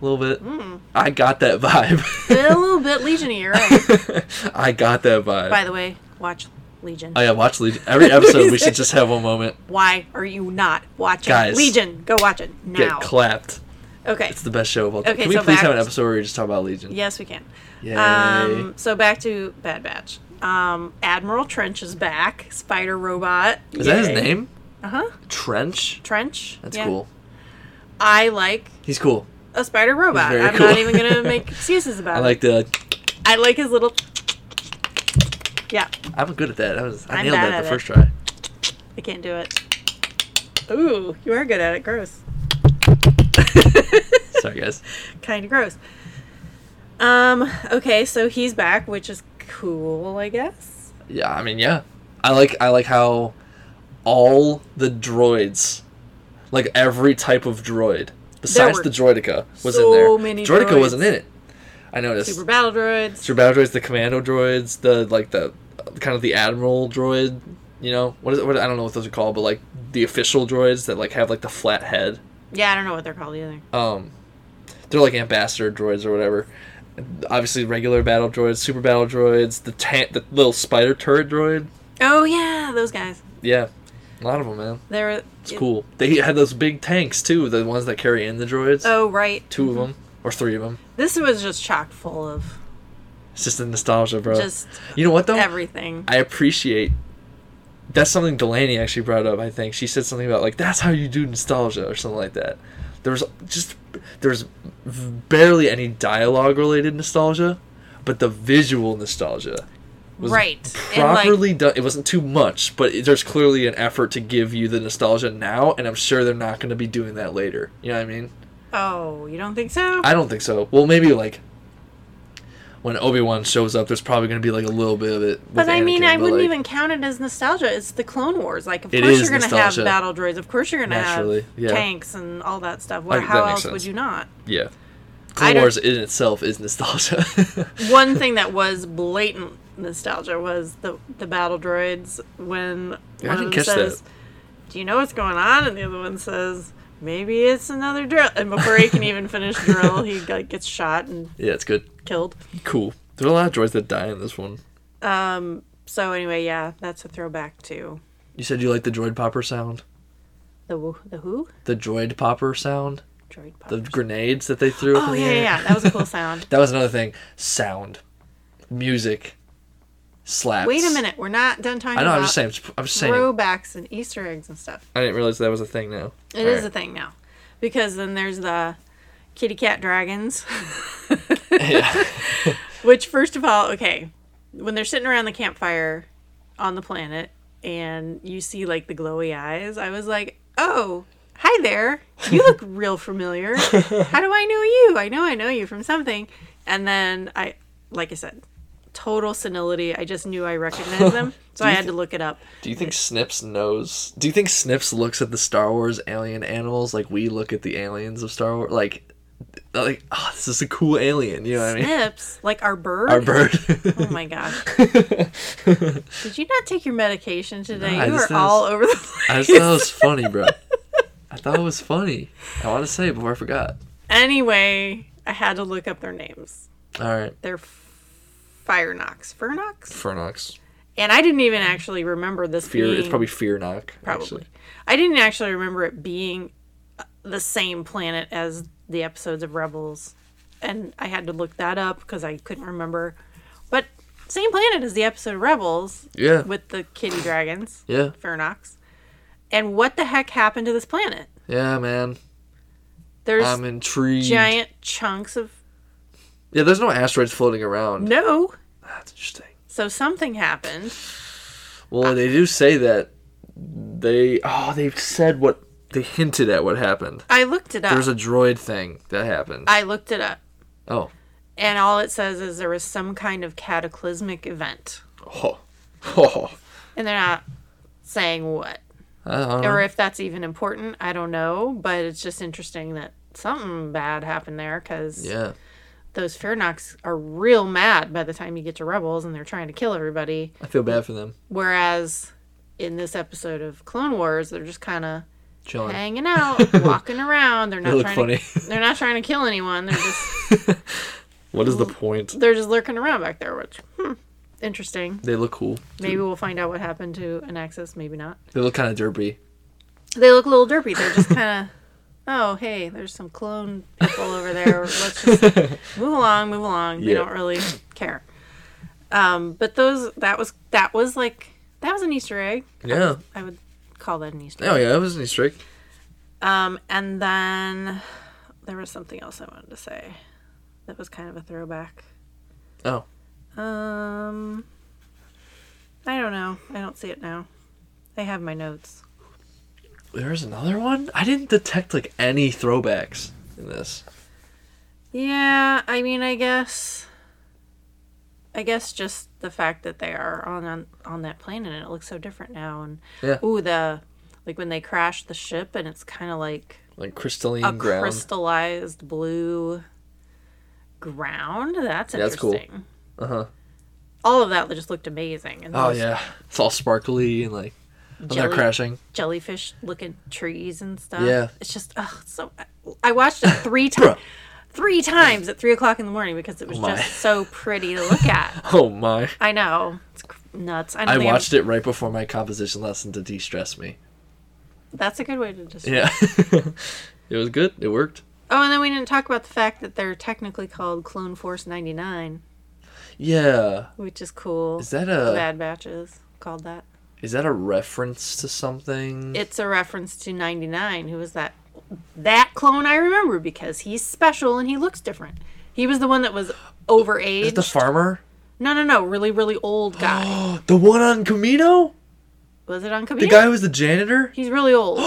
Speaker 2: A little bit.
Speaker 1: Hmm.
Speaker 2: I got that vibe.
Speaker 1: a little bit legiony? You're right.
Speaker 2: I got that vibe.
Speaker 1: By the way, watch Legion.
Speaker 2: oh yeah, watch Legion. Every episode we should just have one moment
Speaker 1: Why are you not watching
Speaker 2: Guys.
Speaker 1: Legion? Go watch it
Speaker 2: get
Speaker 1: now.
Speaker 2: clapped.
Speaker 1: okay.
Speaker 2: It's the best show of all time.
Speaker 1: Okay,
Speaker 2: Can we
Speaker 1: so
Speaker 2: please
Speaker 1: back
Speaker 2: have an
Speaker 1: to-
Speaker 2: episode where we just talk about Legion?
Speaker 1: Yes, we can.
Speaker 2: Yay.
Speaker 1: Um, so back to Bad Batch. Um, Admiral Trench is back. Spider robot.
Speaker 2: Is that his
Speaker 1: Yay.
Speaker 2: name?
Speaker 1: Uh-huh.
Speaker 2: Trench.
Speaker 1: Trench.
Speaker 2: That's
Speaker 1: Yeah.
Speaker 2: cool.
Speaker 1: I like
Speaker 2: He's cool.
Speaker 1: a spider robot.
Speaker 2: very
Speaker 1: I'm
Speaker 2: cool.
Speaker 1: not even gonna make excuses about
Speaker 2: I like the
Speaker 1: it. I like his little. Yeah,
Speaker 2: I'm good at that. I was I
Speaker 1: I'm
Speaker 2: nailed
Speaker 1: bad
Speaker 2: that
Speaker 1: at
Speaker 2: the
Speaker 1: it.
Speaker 2: first try.
Speaker 1: I can't do it. Ooh, you are good at it. Gross.
Speaker 2: Sorry guys.
Speaker 1: kind of gross. Um, okay, so he's back, which is cool, I guess.
Speaker 2: Yeah, I mean yeah. I like I like how all the droids, like every type of droid, besides
Speaker 1: were
Speaker 2: the droidica, was
Speaker 1: so
Speaker 2: in there.
Speaker 1: many
Speaker 2: droidica
Speaker 1: droids.
Speaker 2: wasn't in it. I noticed.
Speaker 1: Super battle droids.
Speaker 2: Super battle droids, the commando droids, the like the kind of the admiral droid. You know what is it? What I don't know what those are called, but like the official droids that like have like the flat head.
Speaker 1: Yeah, I don't know what they're called either.
Speaker 2: um they're like ambassador droids or whatever obviously regular battle droids super battle droids the tan- the little spider turret droid
Speaker 1: Oh yeah, those guys.
Speaker 2: yeah a lot of them man
Speaker 1: They were.
Speaker 2: it's cool they had those big tanks too the ones that carry in the droids
Speaker 1: Oh right.
Speaker 2: two of them or three of them
Speaker 1: This was just chock full of
Speaker 2: it's just the nostalgia bro
Speaker 1: just
Speaker 2: you know what though
Speaker 1: everything.
Speaker 2: i appreciate that's something delaney actually brought up i think she said something about like that's how you do nostalgia or something like that there's just there's barely any dialogue related nostalgia but the visual nostalgia was
Speaker 1: Right. And like
Speaker 2: properly done it wasn't too much but it- there's clearly an effort to give you the nostalgia now and i'm sure they're not going to be doing that later you know what i mean
Speaker 1: oh, you don't think so?
Speaker 2: i don't think so well maybe like when obi-wan shows up there's probably going to be like a little bit of it with
Speaker 1: But I mean,
Speaker 2: Anakin,
Speaker 1: I
Speaker 2: but,
Speaker 1: wouldn't
Speaker 2: like,
Speaker 1: even count it as nostalgia. It's the Clone Wars. Like, of
Speaker 2: It
Speaker 1: course
Speaker 2: is
Speaker 1: you're gonna
Speaker 2: nostalgia.
Speaker 1: have battle droids. Of course you're gonna
Speaker 2: Naturally,
Speaker 1: have
Speaker 2: yeah.
Speaker 1: tanks and all that stuff. Where,
Speaker 2: I- that
Speaker 1: how
Speaker 2: makes
Speaker 1: else would
Speaker 2: sense.
Speaker 1: you not?
Speaker 2: yeah
Speaker 1: I
Speaker 2: clone
Speaker 1: don't-
Speaker 2: wars in itself is nostalgia
Speaker 1: one thing that was blatant nostalgia was the the battle droids when
Speaker 2: Yeah, I
Speaker 1: one of
Speaker 2: didn't
Speaker 1: them
Speaker 2: catch
Speaker 1: says, "Do you know what's going on?" and the other one says, "Maybe it's another drill." And before he can even finish drill, he like, gets shot and
Speaker 2: yeah it's good
Speaker 1: killed.
Speaker 2: cool there are a lot of droids that die in this one
Speaker 1: Um. So anyway, yeah, that's a throwback to
Speaker 2: you said you like the droid popper sound
Speaker 1: the who, the who
Speaker 2: the droid popper sound
Speaker 1: droid. Pop.
Speaker 2: the grenades that they threw up
Speaker 1: oh
Speaker 2: in the
Speaker 1: yeah, yeah,
Speaker 2: air.
Speaker 1: yeah, that was a cool sound.
Speaker 2: That was another thing. Sound, music, slaps.
Speaker 1: Wait a minute, Uh, we're not done talking
Speaker 2: I know.
Speaker 1: about
Speaker 2: I'm just saying. I'm just saying.
Speaker 1: throwbacks and Easter eggs and stuff.
Speaker 2: I didn't realize that was a thing. Now
Speaker 1: It is a thing now, because then there's the kitty cat dragons.
Speaker 2: yeah.
Speaker 1: Which, first of all, okay, when they're sitting around the campfire on the planet and you see like the glowy eyes, I was like, oh, hi there, you look real familiar. How do I know you? I know I know you from something. And then I, like I said, total senility. I just knew I recognized them, so I had to look it up.
Speaker 2: Do you think Snips knows? Do you think Snips looks at the Star Wars alien animals like we look at the aliens of Star Wars? Like, like oh, this is a cool alien. You know what I mean?
Speaker 1: Snips, like our bird.
Speaker 2: Our bird.
Speaker 1: Oh my gosh. Did you not take your medication today?
Speaker 2: No, I
Speaker 1: you
Speaker 2: just
Speaker 1: were all over the
Speaker 2: I
Speaker 1: place.
Speaker 2: just thought it was funny, bro. I thought it was funny. I want to say it before I forgot.
Speaker 1: Anyway, I had to look up their names.
Speaker 2: All right,
Speaker 1: They're F- Firenox. Fernox?
Speaker 2: Fernox.
Speaker 1: And I didn't even actually remember this
Speaker 2: Fear.
Speaker 1: being...
Speaker 2: It's probably Fear Knock.
Speaker 1: Probably.
Speaker 2: actually.
Speaker 1: I didn't actually remember it being uh, the same planet as the episodes of Rebels. And I had to look that up because I couldn't remember. But same planet as the episode of Rebels
Speaker 2: Yeah.
Speaker 1: with the kitty dragons,
Speaker 2: Yeah.
Speaker 1: Fernox. And what the heck happened to this planet?
Speaker 2: Yeah, man.
Speaker 1: There's
Speaker 2: I'm intrigued.
Speaker 1: giant chunks of
Speaker 2: Yeah, there's no asteroids floating around.
Speaker 1: no.
Speaker 2: That's interesting.
Speaker 1: So something happened.
Speaker 2: Well, they do say that they. Oh, they've said what they hinted at what happened.
Speaker 1: I looked it up.
Speaker 2: There's a droid thing that happened.
Speaker 1: I looked it up.
Speaker 2: Oh.
Speaker 1: And all it says is there was some kind of cataclysmic event.
Speaker 2: Oh. Oh.
Speaker 1: And they're not saying what.
Speaker 2: I don't know.
Speaker 1: Or if that's even important, I don't know. But it's just interesting that something bad happened there because
Speaker 2: Yeah.
Speaker 1: those Fearnox are real mad by the time you get to Rebels and they're trying to kill everybody.
Speaker 2: I feel bad for them.
Speaker 1: Whereas in this episode of Clone Wars, they're just kind of
Speaker 2: Chilling.
Speaker 1: hanging out, walking around. They're not
Speaker 2: look
Speaker 1: trying to.
Speaker 2: funny.
Speaker 1: They're not trying to kill anyone. They're just
Speaker 2: What is the point?
Speaker 1: they're just lurking around back there, which hmm, interesting.
Speaker 2: They look cool.
Speaker 1: Maybe we'll find out what happened to Anaxis. Maybe not.
Speaker 2: They look kind of derpy.
Speaker 1: They look a little derpy. They're just kind of, oh hey, there's some clone people over there. Let's just move along, move along. They
Speaker 2: Yeah.
Speaker 1: don't really care. Um, but those that was that was like that was an Easter egg.
Speaker 2: Yeah.
Speaker 1: I would call that an Easter. egg.
Speaker 2: Oh yeah, that was an Easter egg.
Speaker 1: Um, and then there was something else I wanted to say that was kind of a throwback.
Speaker 2: Oh.
Speaker 1: Um, I don't know. I don't see it now. I have my notes.
Speaker 2: There's another one? I didn't detect like any throwbacks in this.
Speaker 1: Yeah, I mean, I guess, I guess just the fact that they are on on, on that planet and it looks so different now, and
Speaker 2: Yeah.
Speaker 1: ooh, the like when they crash the ship and it's kind of like
Speaker 2: Like crystalline
Speaker 1: a
Speaker 2: ground.
Speaker 1: crystallized blue ground. That's
Speaker 2: Yeah, that's
Speaker 1: interesting.
Speaker 2: cool. Uh-huh.
Speaker 1: All of that just looked amazing. And
Speaker 2: Oh
Speaker 1: those
Speaker 2: yeah. It's all sparkly and like I'm not
Speaker 1: Jelly-
Speaker 2: crashing.
Speaker 1: jellyfish looking trees and stuff.
Speaker 2: Yeah.
Speaker 1: It's just ugh, it's so. I watched it three times, three times at three o'clock in the morning because it was
Speaker 2: Oh my.
Speaker 1: just so pretty to look at.
Speaker 2: Oh my.
Speaker 1: I know it's cr- nuts. I, don't
Speaker 2: I
Speaker 1: think I've-
Speaker 2: watched it right before my composition lesson to de-stress me.
Speaker 1: That's a good way to just.
Speaker 2: Yeah. it was good. It worked.
Speaker 1: Oh, and then we didn't talk about the fact that they're technically called Clone Force ninety nine,
Speaker 2: Yeah.
Speaker 1: which is cool.
Speaker 2: Is that uh,
Speaker 1: The
Speaker 2: a
Speaker 1: Bad Batches called that.
Speaker 2: is that a reference to something?
Speaker 1: It's a reference to ninety nine. Who was that? That clone I remember because he's special and he looks different. He was the one that was
Speaker 2: Is
Speaker 1: overage.
Speaker 2: it the farmer?
Speaker 1: No, no, no. Really, really old guy.
Speaker 2: the one on Camino?
Speaker 1: was it on Camino?
Speaker 2: The guy who was the janitor?
Speaker 1: He's really old.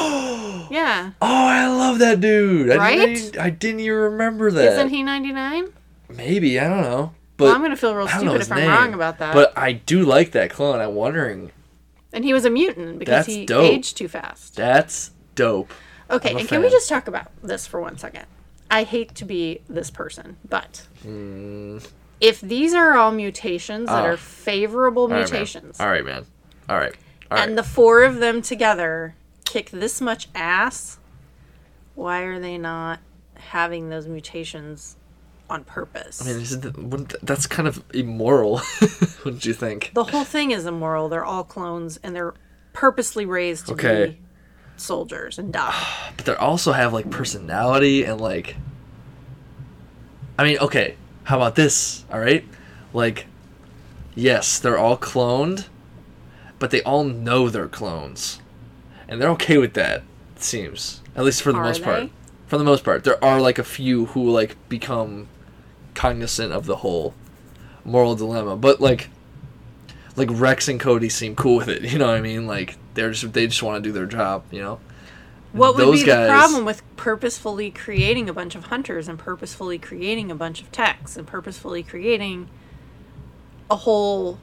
Speaker 1: yeah.
Speaker 2: Oh, I love that dude. I
Speaker 1: Right?
Speaker 2: Didn't, I didn't even remember that.
Speaker 1: Isn't he 99?
Speaker 2: Maybe I don't know, but
Speaker 1: Well, I'm going to feel real
Speaker 2: I don't know
Speaker 1: stupid
Speaker 2: his
Speaker 1: if I'm
Speaker 2: name.
Speaker 1: wrong about that.
Speaker 2: But I do like that clone. I'm wondering.
Speaker 1: and he was a mutant because
Speaker 2: That's
Speaker 1: he
Speaker 2: dope.
Speaker 1: aged too fast.
Speaker 2: That's dope.
Speaker 1: Okay,
Speaker 2: I'm
Speaker 1: and
Speaker 2: a
Speaker 1: can we
Speaker 2: fan.
Speaker 1: just talk about this for one second? I hate to be this person, but if these are all mutations that
Speaker 2: Hmm. Ah.
Speaker 1: are favorable
Speaker 2: All right, man.
Speaker 1: mutations,
Speaker 2: All right, man. All right. All right.
Speaker 1: and the four of them together kick this much ass, why are they not having those mutations on purpose?
Speaker 2: I mean, isn't that- wouldn't th- that's kind of immoral, wouldn't you think?
Speaker 1: The whole thing is immoral. They're all clones, and they're purposely raised to
Speaker 2: Okay.
Speaker 1: be soldiers and die.
Speaker 2: But they also have like personality and like. I mean, okay. How about this? All right, like, yes, they're all cloned, but they all know they're clones, and they're okay with that. It seems, at least for the
Speaker 1: Are
Speaker 2: most part.
Speaker 1: they?
Speaker 2: For the most part, there are like a few who like become cognizant of the whole moral dilemma, but like. Like Rex and Cody seem cool with it, you know what I mean? Like they're just they just want to do their job, you know.
Speaker 1: What would
Speaker 2: Those
Speaker 1: be
Speaker 2: guys-
Speaker 1: the problem with purposefully creating a bunch of hunters and purposefully creating a bunch of techs and purposefully creating a whole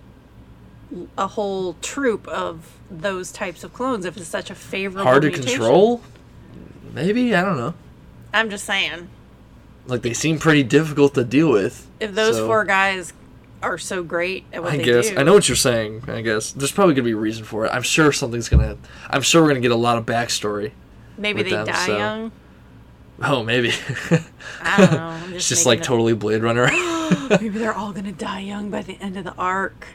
Speaker 1: a whole troop of those types of clones if it's such a favorable
Speaker 2: Hard to
Speaker 1: mutation?
Speaker 2: control? Maybe, I don't know.
Speaker 1: I'm just saying
Speaker 2: Like they seem pretty difficult to deal with.
Speaker 1: if those
Speaker 2: so-
Speaker 1: four guys are so great at what
Speaker 2: I
Speaker 1: they
Speaker 2: guess
Speaker 1: do.
Speaker 2: I know what you're saying. I guess there's probably gonna be a reason for it. I'm sure something's gonna. I'm sure we're gonna get a lot of backstory.
Speaker 1: Maybe
Speaker 2: with
Speaker 1: they
Speaker 2: them,
Speaker 1: die
Speaker 2: so-
Speaker 1: young.
Speaker 2: Oh, maybe.
Speaker 1: I don't know. I'm just
Speaker 2: it's just like
Speaker 1: making
Speaker 2: totally Blade Runner.
Speaker 1: it- Maybe they're all gonna die young by the end of the arc.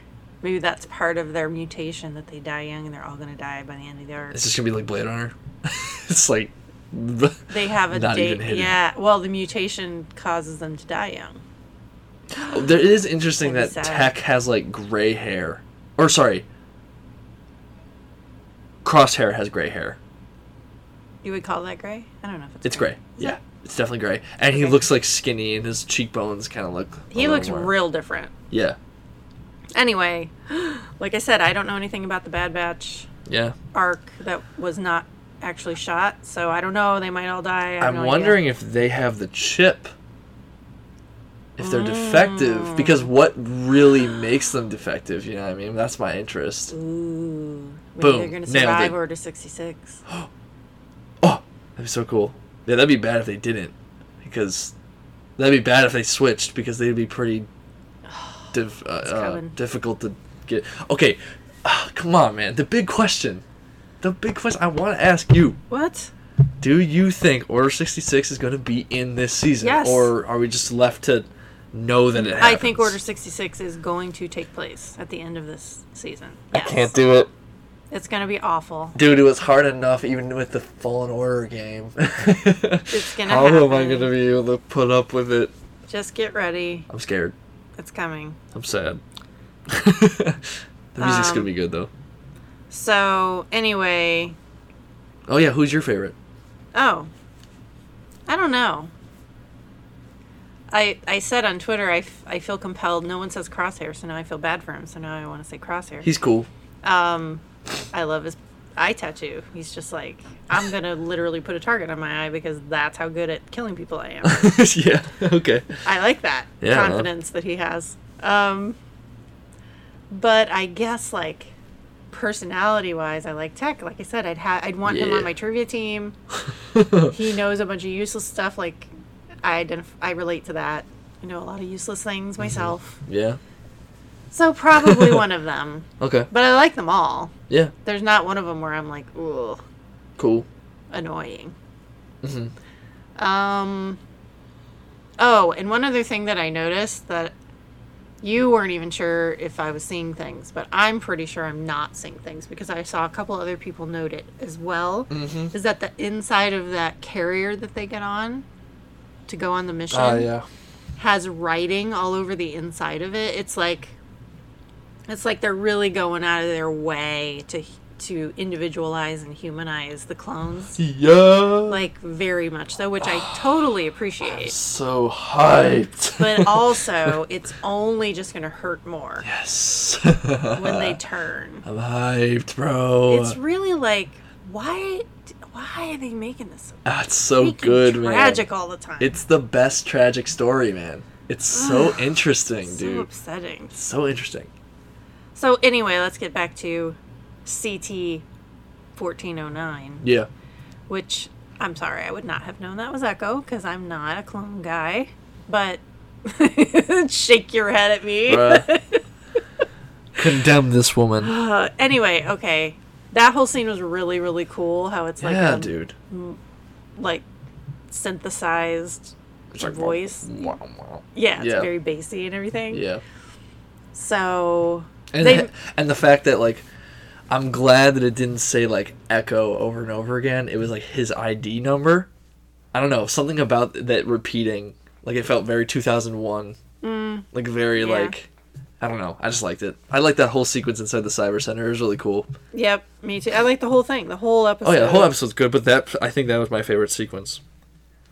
Speaker 1: Maybe that's part of their mutation that they die young and they're all gonna die by the end of the arc.
Speaker 2: it's just gonna be like Blade Runner. it's like. They
Speaker 1: They have a
Speaker 2: Not
Speaker 1: date.
Speaker 2: even hidden.
Speaker 1: Yeah. Well, the mutation causes them to die young.
Speaker 2: There it is interesting
Speaker 1: That'd
Speaker 2: that
Speaker 1: be sad.
Speaker 2: Tech has like gray hair, or sorry, Crosshair has gray hair.
Speaker 1: You would call that gray? I don't know if it's.
Speaker 2: It's gray. Yeah, it's definitely gray, and he
Speaker 1: Okay.
Speaker 2: looks like skinny, and his cheekbones kind of look. a
Speaker 1: He
Speaker 2: little
Speaker 1: looks
Speaker 2: more-
Speaker 1: real different.
Speaker 2: Yeah,
Speaker 1: Anyway, like I said, I don't know anything about the Bad Batch
Speaker 2: yeah.
Speaker 1: arc that was not actually shot, so I don't know. They might all die. I have
Speaker 2: I'm
Speaker 1: no idea.
Speaker 2: wondering if they have the chip. If they're
Speaker 1: Mm.
Speaker 2: defective, because what really makes them defective? You know what I mean? That's my interest.
Speaker 1: Ooh. Maybe
Speaker 2: Boom.
Speaker 1: They're gonna
Speaker 2: Nailed
Speaker 1: survive
Speaker 2: it.
Speaker 1: Order 66.
Speaker 2: Oh, that'd be so cool. Yeah, that'd be bad if they didn't, because that'd be bad if they switched because they'd be pretty diff, uh, uh,
Speaker 1: coming.
Speaker 2: difficult to get. Okay, Ah, come on, man. The big question, the big question I want to ask you:
Speaker 1: What?
Speaker 2: Do you think Order sixty six is going to be in this season,
Speaker 1: Yes.
Speaker 2: or are we just left to know that it happens?
Speaker 1: I think Order 66 is going to take place at the end of this season.
Speaker 2: I
Speaker 1: Yes.
Speaker 2: can't do it,
Speaker 1: It's gonna be awful.
Speaker 2: dude. It was hard enough even with the Fallen Order game. it's
Speaker 1: gonna
Speaker 2: How am I
Speaker 1: happen.
Speaker 2: going to be able to put up with it?
Speaker 1: Just get ready.
Speaker 2: I'm scared.
Speaker 1: It's coming.
Speaker 2: I'm sad. the music's
Speaker 1: Um,
Speaker 2: gonna be good though.
Speaker 1: So anyway,
Speaker 2: Oh yeah, who's your favorite?
Speaker 1: oh, I don't know. I I said on Twitter I, f- I feel compelled. No one says Crosshair, so now I feel bad for him. So now I want to say Crosshair.
Speaker 2: He's cool.
Speaker 1: um, I love his eye tattoo. He's just like I'm gonna literally put a target on my eye because that's how good at killing people I am.
Speaker 2: yeah. Okay.
Speaker 1: I like that
Speaker 2: Yeah.
Speaker 1: confidence that he has. Um, but I guess like personality wise, I like Tech. Like I said, I'd ha- I'd want him
Speaker 2: Yeah.
Speaker 1: on my trivia team. he knows a bunch of useless stuff. Like I identif- I relate to that. I know a lot of useless things myself.
Speaker 2: Yeah.
Speaker 1: So probably one of them.
Speaker 2: Okay.
Speaker 1: But I like them all.
Speaker 2: Yeah.
Speaker 1: There's not one of them where I'm like, ooh,
Speaker 2: Cool.
Speaker 1: annoying.
Speaker 2: hmm
Speaker 1: Um. Oh, and one other thing that I noticed that you weren't even sure if I was seeing things, but I'm pretty sure I'm not seeing things because I saw a couple other people note it as well.
Speaker 2: Mhm.
Speaker 1: Is that the inside of that carrier that they get on to go on the mission
Speaker 2: Ah yeah.
Speaker 1: has writing all over the inside of it? It's like it's like they're really going out of their way to to individualize and humanize the clones
Speaker 2: Yeah.
Speaker 1: like very much so, which I totally appreciate.
Speaker 2: so hyped.
Speaker 1: But also, it's only just going to hurt more
Speaker 2: yes.
Speaker 1: when they turn.
Speaker 2: I'm hyped, bro.
Speaker 1: It's really like why why are they making this so
Speaker 2: That's so
Speaker 1: freaking
Speaker 2: good, man.
Speaker 1: tragic all the time?
Speaker 2: It's the best tragic story, man. It's so interesting,
Speaker 1: so
Speaker 2: dude.
Speaker 1: upsetting.
Speaker 2: So interesting.
Speaker 1: So anyway, let's get back to CT fourteen oh nine,
Speaker 2: Yeah.
Speaker 1: which I'm sorry, I would not have known that was Echo because I'm not a clone guy, but. Shake your head at me.
Speaker 2: Bruh. Condemn this woman.
Speaker 1: Uh, anyway, okay. That whole scene was really, really cool. How it's like
Speaker 2: yeah,
Speaker 1: a,
Speaker 2: dude.
Speaker 1: like synthesized
Speaker 2: It's like,
Speaker 1: voice.
Speaker 2: Wow, wow.
Speaker 1: Yeah, it's
Speaker 2: Yeah.
Speaker 1: very bassy and everything.
Speaker 2: Yeah.
Speaker 1: So
Speaker 2: And
Speaker 1: They-
Speaker 2: the, and the fact that like I'm glad that it didn't say like echo over and over again. It was like his ID number. I don't know, something about that repeating. Like it felt very 2001. Mm, like very
Speaker 1: yeah.
Speaker 2: like I don't know. I just liked it. I liked that whole sequence inside the cyber center. It was really cool.
Speaker 1: yep, me too. I like the whole thing, the whole episode.
Speaker 2: Oh yeah, the whole episode's good, but that I think that was my favorite sequence.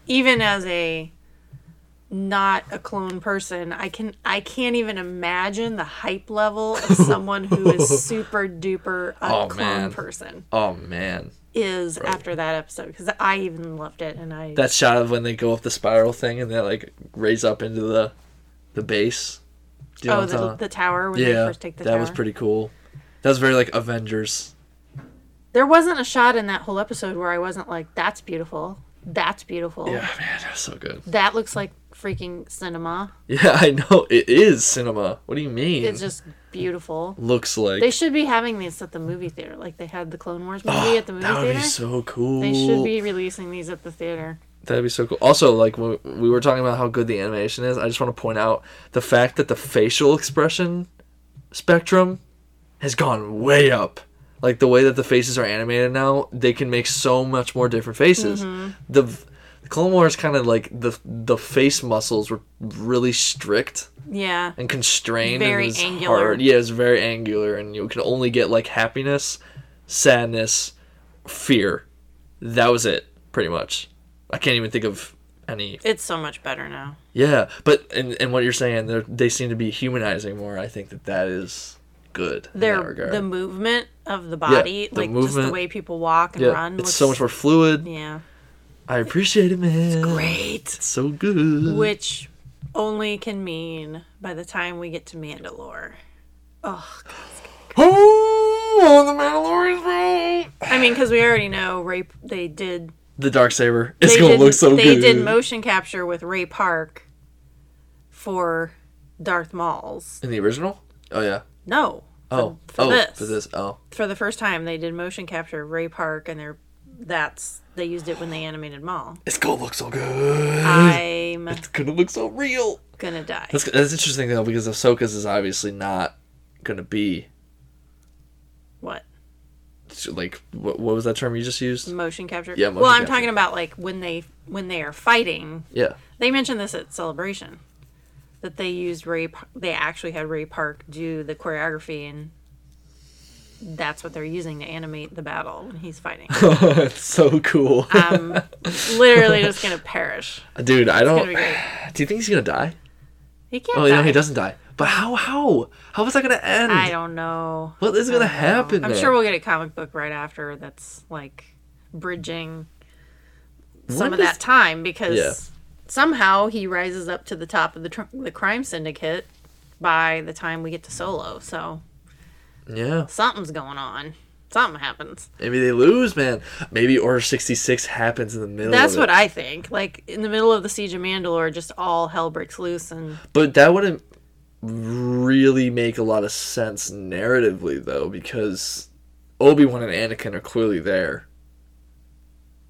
Speaker 1: Even as a not a clone person. I can I can't even imagine the hype level of someone who is super duper a
Speaker 2: Oh,
Speaker 1: clone
Speaker 2: man.
Speaker 1: person
Speaker 2: Oh man,
Speaker 1: is after that episode because I even loved it and I
Speaker 2: that shot of when they go up the spiral thing and they like raise up into the the base. Do you know
Speaker 1: oh
Speaker 2: what I'm
Speaker 1: the,
Speaker 2: talking-
Speaker 1: the tower when they
Speaker 2: yeah,
Speaker 1: first take the
Speaker 2: that
Speaker 1: tower.
Speaker 2: was pretty cool. That was very like Avengers.
Speaker 1: There wasn't a shot in that whole episode where I wasn't like that's beautiful, that's beautiful,
Speaker 2: Yeah, man, that was so good.
Speaker 1: that looks like freaking cinema.
Speaker 2: Yeah, I know it is cinema. What do you mean?
Speaker 1: It's just beautiful.
Speaker 2: looks like
Speaker 1: They should be having these at the movie theater, like they had the Clone Wars movie at the movie
Speaker 2: Ah, that would
Speaker 1: theater.
Speaker 2: be so cool.
Speaker 1: They should be releasing these at the theater.
Speaker 2: That'd be so cool. Also, like when we were talking about how good the animation is, I just want to point out the fact that the facial expression spectrum has gone way up. Like the way that the faces are animated now, they can make so much more different faces.
Speaker 1: Mm-hmm.
Speaker 2: The, v- the Clone Wars kind of like the the face muscles were really strict
Speaker 1: Yeah.
Speaker 2: and constrained.
Speaker 1: Very
Speaker 2: and it was
Speaker 1: angular.
Speaker 2: Hard. Yeah, it's very angular, and you could only get like happiness, sadness, fear. That was it, pretty much. I can't even think of any.
Speaker 1: It's so much better now.
Speaker 2: Yeah, but and, and what you're saying, they're- they seem to be humanizing more. I think that that is good. in that
Speaker 1: Their
Speaker 2: regard.
Speaker 1: the movement of the body,
Speaker 2: the
Speaker 1: like just
Speaker 2: movement.
Speaker 1: the way people walk and
Speaker 2: yeah,
Speaker 1: run.
Speaker 2: it's
Speaker 1: looks-
Speaker 2: so much more fluid.
Speaker 1: Yeah.
Speaker 2: I appreciate it, man.
Speaker 1: Great.
Speaker 2: It's so good.
Speaker 1: Which only can mean by the time we get to Mandalore. Oh,
Speaker 2: oh, the Mandalorian's bro.
Speaker 1: I mean, because we already know rape. They did.
Speaker 2: The dark saber. It's
Speaker 1: they
Speaker 2: gonna
Speaker 1: did,
Speaker 2: look so
Speaker 1: They
Speaker 2: good.
Speaker 1: did motion capture with Ray Park for Darth Maul's.
Speaker 2: in the original. Oh yeah.
Speaker 1: No,
Speaker 2: Oh,
Speaker 1: for
Speaker 2: oh,
Speaker 1: this.
Speaker 2: for this. Oh,
Speaker 1: for the first time, they did motion capture of Ray Park, and they're that's they used it when they animated Maul.
Speaker 2: it's gonna look so good.
Speaker 1: I'm
Speaker 2: it's gonna look so real.
Speaker 1: gonna die.
Speaker 2: Mm. That's that's interesting though because Ahsoka's is obviously not gonna be
Speaker 1: What
Speaker 2: like what, what was that term you just used?
Speaker 1: motion capture?
Speaker 2: Yeah, motion
Speaker 1: well, I'm
Speaker 2: capture.
Speaker 1: talking about like when they when they are fighting.
Speaker 2: Yeah,
Speaker 1: They mentioned this at Celebration that they used Ray. Pa- They actually had Ray Park do the choreography, and that's what they're using to animate the battle when he's fighting.
Speaker 2: it's so cool,
Speaker 1: I'm literally just gonna perish.
Speaker 2: dude. I
Speaker 1: It's
Speaker 2: don't.
Speaker 1: Uh, gonna be great.
Speaker 2: Do you think he's gonna die?
Speaker 1: He can't.
Speaker 2: Oh, you know
Speaker 1: die.
Speaker 2: he doesn't die. But how? How? How is that gonna end?
Speaker 1: I don't know.
Speaker 2: What is gonna happen?
Speaker 1: I'm
Speaker 2: there?
Speaker 1: sure we'll get a comic book right after that's like bridging some
Speaker 2: When
Speaker 1: of
Speaker 2: does-
Speaker 1: that time because
Speaker 2: Yeah.
Speaker 1: somehow he rises up to the top of the tr- the crime syndicate by the time we get to Solo. So
Speaker 2: Yeah,
Speaker 1: something's going on. Something happens.
Speaker 2: maybe they lose, man. Maybe Order sixty six happens in the middle.
Speaker 1: That's
Speaker 2: of it.
Speaker 1: what I think. Like in the middle of the siege of Mandalore, just all hell breaks loose, and
Speaker 2: But that wouldn't really make a lot of sense narratively, though, because Obi Wan and Anakin are clearly there.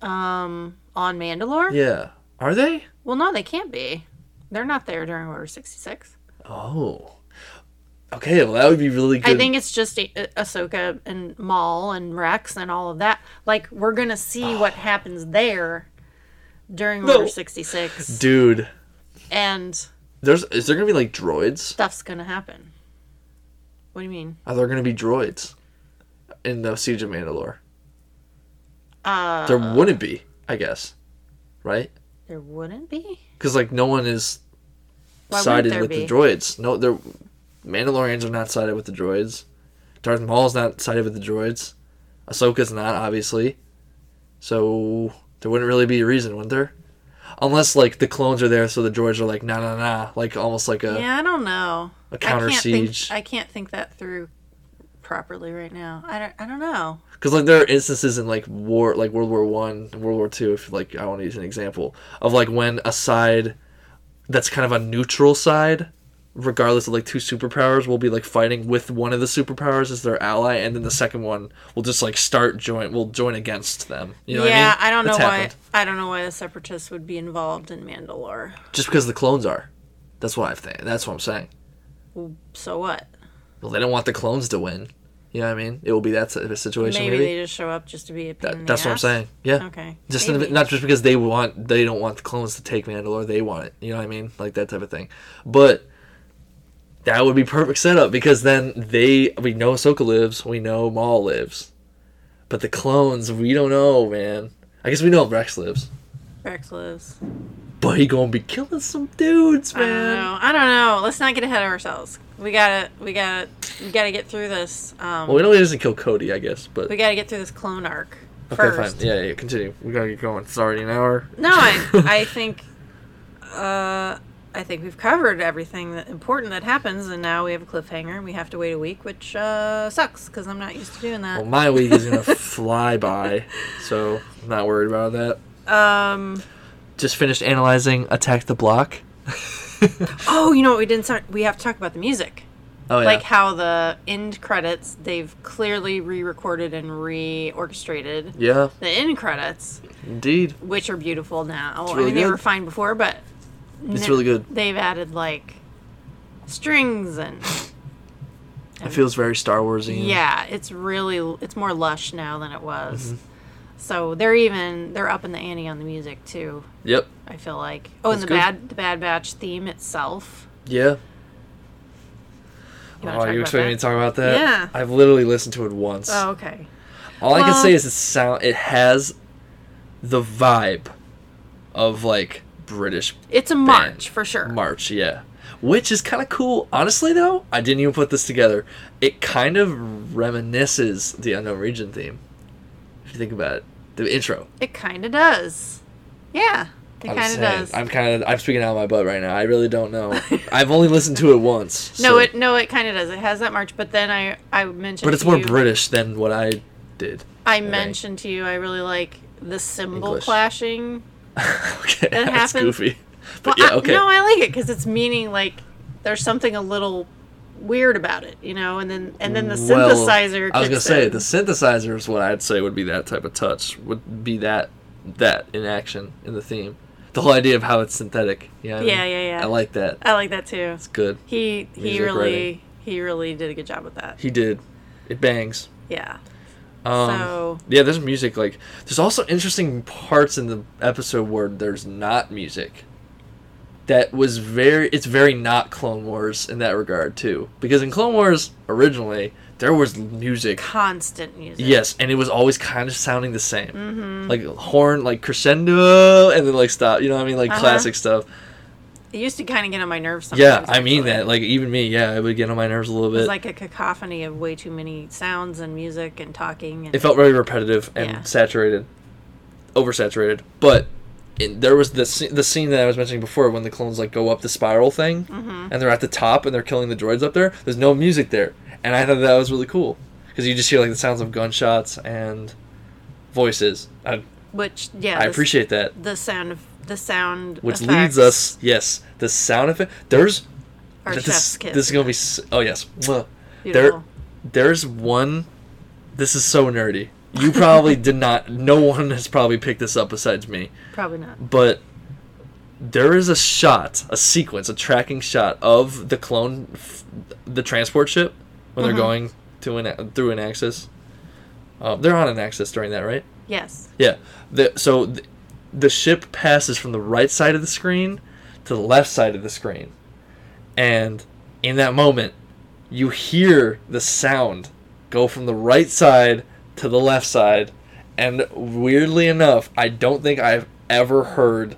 Speaker 1: um, on Mandalore.
Speaker 2: Yeah, are they?
Speaker 1: Well, no, they can't be. They're not there during Order sixty six.
Speaker 2: Oh, okay. Well, that would be really good.
Speaker 1: I think it's just a- a- Ahsoka and Maul and Rex and all of that. Like we're gonna see what happens there during
Speaker 2: No.
Speaker 1: Order sixty six,
Speaker 2: dude.
Speaker 1: and
Speaker 2: There's is there gonna be like droids?
Speaker 1: stuff's gonna happen. What do you mean?
Speaker 2: Are there gonna be droids in the Siege of Mandalore?
Speaker 1: Uh,
Speaker 2: There wouldn't be, I guess, right?
Speaker 1: there wouldn't be.
Speaker 2: Because like no one is
Speaker 1: Why wouldn't
Speaker 2: sided
Speaker 1: there
Speaker 2: with
Speaker 1: be?
Speaker 2: the droids. No, they're Mandalorians are not sided with the droids. Darth Maul's not sided with the droids. Ahsoka's not, obviously. So there wouldn't really be a reason, wouldn't there? Unless like the clones are there, so the droids are like nah nah nah, like almost like a
Speaker 1: yeah, I don't know.
Speaker 2: a counter
Speaker 1: I can't think-
Speaker 2: siege.
Speaker 1: I can't think that through properly right now. I don't. I don't know.
Speaker 2: because like there are instances in like war, like World War One, World War Two, if like I want to use an example of like when a side that's kind of a neutral side, regardless of like two superpowers, will be like fighting with one of the superpowers as their ally, and then the second one will just like start join, will join against them. You know
Speaker 1: yeah,
Speaker 2: what I mean?
Speaker 1: don't know
Speaker 2: That's
Speaker 1: why.
Speaker 2: happened.
Speaker 1: I don't know why the separatists would be involved in Mandalore.
Speaker 2: Just because the clones are, that's what I think. That's what I'm saying.
Speaker 1: So what?
Speaker 2: Well, they don't want the clones to win. You know what I mean? It will be that si- situation.
Speaker 1: Maybe,
Speaker 2: Maybe,
Speaker 1: they just show up just to be a pain in
Speaker 2: That-
Speaker 1: the
Speaker 2: that's what I'm
Speaker 1: ass.
Speaker 2: saying. Yeah.
Speaker 1: Okay.
Speaker 2: Just
Speaker 1: Maybe.
Speaker 2: not just because they want they don't want the clones to take Mandalore, they want it. You know what I mean? Like that type of thing. But that would be perfect setup because then they we know Ahsoka lives, we know Maul lives, but the clones we don't know, man. I guess we know Rex lives.
Speaker 1: Rex lives.
Speaker 2: But he gonna be killing some dudes,
Speaker 1: I don't
Speaker 2: man.
Speaker 1: know. I don't know. Let's not get ahead of ourselves. We gotta, we gotta, we gotta get through this. Um,
Speaker 2: Well, we know he doesn't kill Cody, I guess, but
Speaker 1: we
Speaker 2: okay,
Speaker 1: gotta get through this clone arc first.
Speaker 2: fine. Yeah, yeah, continue. We gotta get going. It's already an hour.
Speaker 1: No, I, I think, uh, I think we've covered everything that important that happens, and now we have a cliffhanger. and We have to wait a week, which uh, sucks because I'm not used to doing
Speaker 2: Well,
Speaker 1: that.
Speaker 2: my week is gonna fly by, so I'm not worried about that.
Speaker 1: Um,
Speaker 2: Just finished analyzing Attack the Block.
Speaker 1: oh, you know what? We didn't. Start, we have to talk about the music,
Speaker 2: Oh yeah.
Speaker 1: like how the end credits they've clearly re-recorded and reorchestrated.
Speaker 2: yeah,
Speaker 1: The end credits,
Speaker 2: indeed.
Speaker 1: which are beautiful now.
Speaker 2: really
Speaker 1: I mean, they
Speaker 2: good.
Speaker 1: were fine before, but
Speaker 2: It's
Speaker 1: n-
Speaker 2: really good.
Speaker 1: They've added like strings and
Speaker 2: It feels very Star Warsy.
Speaker 1: yeah, it's really it's more lush now than it
Speaker 2: Mm-hmm.
Speaker 1: was. So they're even they're upping the ante on the music too.
Speaker 2: Yep.
Speaker 1: I feel like oh,
Speaker 2: That's
Speaker 1: and the
Speaker 2: good.
Speaker 1: bad the Bad Batch theme itself.
Speaker 2: Yeah.
Speaker 1: You wanna
Speaker 2: oh,
Speaker 1: talk
Speaker 2: you
Speaker 1: about
Speaker 2: expect me
Speaker 1: that?
Speaker 2: to talk about that?
Speaker 1: Yeah.
Speaker 2: I've literally listened to it once.
Speaker 1: Oh, okay.
Speaker 2: All I can
Speaker 1: Well-
Speaker 2: say is it sound. It has the vibe of like British
Speaker 1: It's a march for sure.
Speaker 2: March, yeah. Which is kind of cool. Honestly, though, I didn't even put this together. It kind of reminisces the Unknown Region theme. If you think about it, the intro.
Speaker 1: It kind of does. Yeah, it
Speaker 2: I'm
Speaker 1: kind of
Speaker 2: saying.
Speaker 1: does.
Speaker 2: I'm kind of. I'm speaking out of my butt right now. I really don't know. I've only listened to it once.
Speaker 1: no,
Speaker 2: so-
Speaker 1: it no, it kind of does. It has that march, but then I I mentioned
Speaker 2: But it's
Speaker 1: to
Speaker 2: more
Speaker 1: you-
Speaker 2: British than what I did.
Speaker 1: I
Speaker 2: think.
Speaker 1: mentioned to you I really like the symbol
Speaker 2: English.
Speaker 1: clashing.
Speaker 2: okay,
Speaker 1: That
Speaker 2: that's
Speaker 1: happens.
Speaker 2: goofy.
Speaker 1: Well,
Speaker 2: But yeah,
Speaker 1: I,
Speaker 2: okay.
Speaker 1: no, I like it because it's meaning like there's something a little weird about it, you know. And then and then the
Speaker 2: Well,
Speaker 1: synthesizer.
Speaker 2: I was gonna
Speaker 1: kicks
Speaker 2: say
Speaker 1: in.
Speaker 2: the synthesizer is what I'd say would be that type of touch. Would be that that in action in the theme. The whole idea of how it's synthetic. Yeah. I
Speaker 1: Yeah, yeah, yeah.
Speaker 2: I like that.
Speaker 1: I like that too.
Speaker 2: It's good.
Speaker 1: He he
Speaker 2: Music
Speaker 1: really
Speaker 2: writing.
Speaker 1: he really did a good job with that.
Speaker 2: He did. It bangs.
Speaker 1: Yeah.
Speaker 2: Um,
Speaker 1: So-
Speaker 2: yeah, there's music. Like, there's also interesting parts in the episode where there's not music. That was very. It's very not Clone Wars in that regard too, because in Clone Wars originally there was music
Speaker 1: Constant music.
Speaker 2: Yes, and it was always kind of sounding the same,
Speaker 1: Mm-hmm.
Speaker 2: like horn, like crescendo, and then like stop. You know what I mean? Like
Speaker 1: Uh-huh.
Speaker 2: classic stuff.
Speaker 1: It used to kind of get on my nerves. Sometimes,
Speaker 2: Yeah, I mean
Speaker 1: actually.
Speaker 2: that. Like even me, yeah, it would get on my nerves a little
Speaker 1: It
Speaker 2: bit.
Speaker 1: was like a cacophony of way too many sounds and music and talking. And
Speaker 2: it felt very repetitive and
Speaker 1: Yeah.
Speaker 2: saturated, oversaturated. But it, there was the sce- the scene that I was mentioning before when the clones like go up the spiral thing,
Speaker 1: Mm-hmm.
Speaker 2: and they're at the top and they're killing the droids up there. There's no music there, and I thought that was really cool because you just hear like the sounds of gunshots and voices. I,
Speaker 1: which yeah,
Speaker 2: I
Speaker 1: the s-
Speaker 2: appreciate that.
Speaker 1: the sound of the sound.
Speaker 2: which
Speaker 1: effects
Speaker 2: leads us yes the sound effect there's
Speaker 1: Our
Speaker 2: this,
Speaker 1: chef's kiss.
Speaker 2: this is gonna be s- oh yes Mwah. there
Speaker 1: Beautiful.
Speaker 2: there's one this is so nerdy you probably did not no one has probably picked this up besides me
Speaker 1: probably not.
Speaker 2: but there is a shot a sequence a tracking shot of the clone f- the transport ship when they're going to an a- through an axis uh, they're on an axis during that right
Speaker 1: Yes.
Speaker 2: yeah. The, so th- the ship passes from the right side of the screen to the left side of the screen. And in that moment, you hear the sound go from the right side to the left side. And weirdly enough, I don't think I've ever heard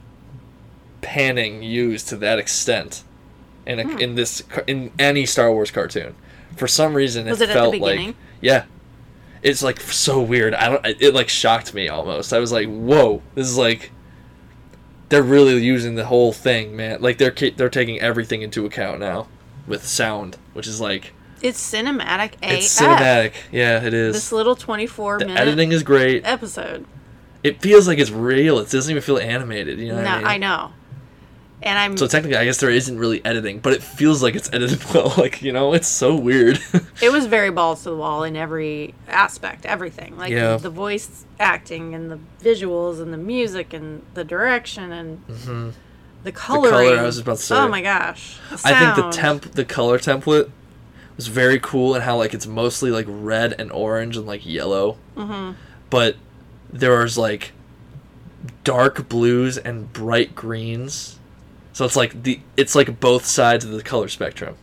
Speaker 2: panning used to that extent in a,
Speaker 1: Hmm.
Speaker 2: in this ca- in any Star Wars cartoon. For some reason, it,
Speaker 1: Was it at the
Speaker 2: felt like
Speaker 1: beginning?
Speaker 2: yeah, it's like so weird. I don't. It like shocked me almost. I was like, whoa, this is like they're really using the whole thing, man. Like they're ca- they're taking everything into account now with sound, which is like
Speaker 1: It's cinematic AF.
Speaker 2: it's cinematic. Yeah, it is.
Speaker 1: ah! This little 24
Speaker 2: the
Speaker 1: minute
Speaker 2: editing is great.
Speaker 1: episode.
Speaker 2: It feels like it's real. It doesn't even feel animated. You know
Speaker 1: No,
Speaker 2: what I mean?
Speaker 1: I know. And I'm
Speaker 2: So technically, I guess there isn't really editing, but it feels like it's edited well. Like you know, it's so weird.
Speaker 1: it was very balls to the wall in every aspect, everything. Like
Speaker 2: Yeah.
Speaker 1: the voice acting and the visuals and the music and the direction and the
Speaker 2: Mm-hmm. color,
Speaker 1: coloring.
Speaker 2: I was about to say.
Speaker 1: Oh my gosh. The
Speaker 2: I think the
Speaker 1: sound.
Speaker 2: temp, the color template, was very cool, and how like it's mostly like red and orange and like yellow, mm-hmm. but there was like dark blues and bright greens. So it's like the it's like both sides of the color spectrum,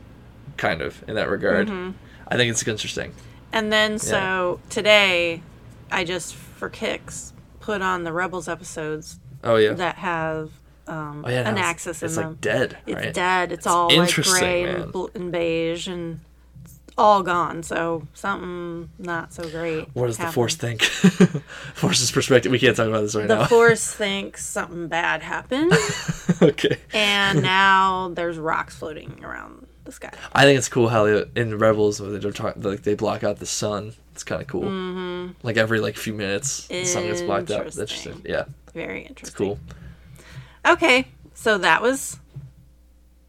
Speaker 2: kind of in that regard.
Speaker 1: Mm-hmm.
Speaker 2: I think it's interesting.
Speaker 1: And then so today, I just for kicks put on the Rebels episodes
Speaker 2: Oh yeah,
Speaker 1: that have um,
Speaker 2: Oh, yeah, now
Speaker 1: an
Speaker 2: it's-
Speaker 1: axis in
Speaker 2: It's
Speaker 1: them.
Speaker 2: like dead.
Speaker 1: it's
Speaker 2: right?
Speaker 1: dead. It's, all like
Speaker 2: interesting,
Speaker 1: gray
Speaker 2: man.
Speaker 1: and, bl- and beige and it's all gone. So something not so great.
Speaker 2: What does the
Speaker 1: happened.
Speaker 2: force think? Force's perspective. We can't talk about this right
Speaker 1: The
Speaker 2: now.
Speaker 1: force thinks something bad happened,
Speaker 2: okay.
Speaker 1: and now there's rocks floating around the sky.
Speaker 2: I think it's cool how they, in Rebels they don't talk, like they block out the sun. It's kind of cool. Like every like few minutes, the sun gets blocked out.
Speaker 1: Mm-hmm.
Speaker 2: That's
Speaker 1: Interesting.
Speaker 2: interesting. Yeah,
Speaker 1: Very interesting.
Speaker 2: cool.
Speaker 1: Okay, so that was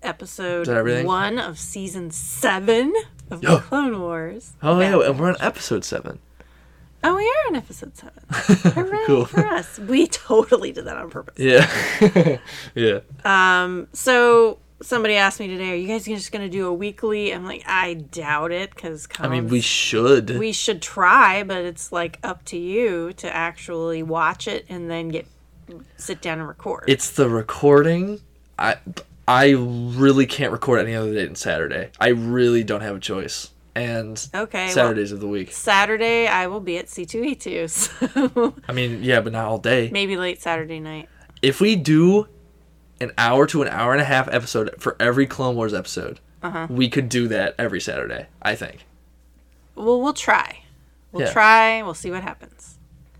Speaker 1: episode
Speaker 2: Is that everything?
Speaker 1: one of season seven of
Speaker 2: Yeah.
Speaker 1: the Clone Wars.
Speaker 2: Oh
Speaker 1: Bad
Speaker 2: yeah, and we're on episode seven.
Speaker 1: Oh, we are in episode seven. Hooray
Speaker 2: Cool.
Speaker 1: for us. We totally did that on purpose.
Speaker 2: Yeah, yeah.
Speaker 1: Um, so somebody asked me today, are you guys just going to do a weekly? I'm like, I doubt it because
Speaker 2: I mean, we should.
Speaker 1: we should try, but it's like up to you to actually watch it and then get sit down and record.
Speaker 2: it's the recording. I I really can't record any other day than Saturday. I really don't have a choice. And
Speaker 1: Okay, well-
Speaker 2: Saturdays of the week.
Speaker 1: Saturday, I will be at C2E2, so
Speaker 2: I mean, yeah, but not all day.
Speaker 1: maybe late Saturday night.
Speaker 2: if we do an hour to an hour and a half episode for every Clone Wars episode,
Speaker 1: Uh-huh.
Speaker 2: we could do that every Saturday. I think.
Speaker 1: Well, we'll try. We'll
Speaker 2: Yeah.
Speaker 1: try. We'll see what happens.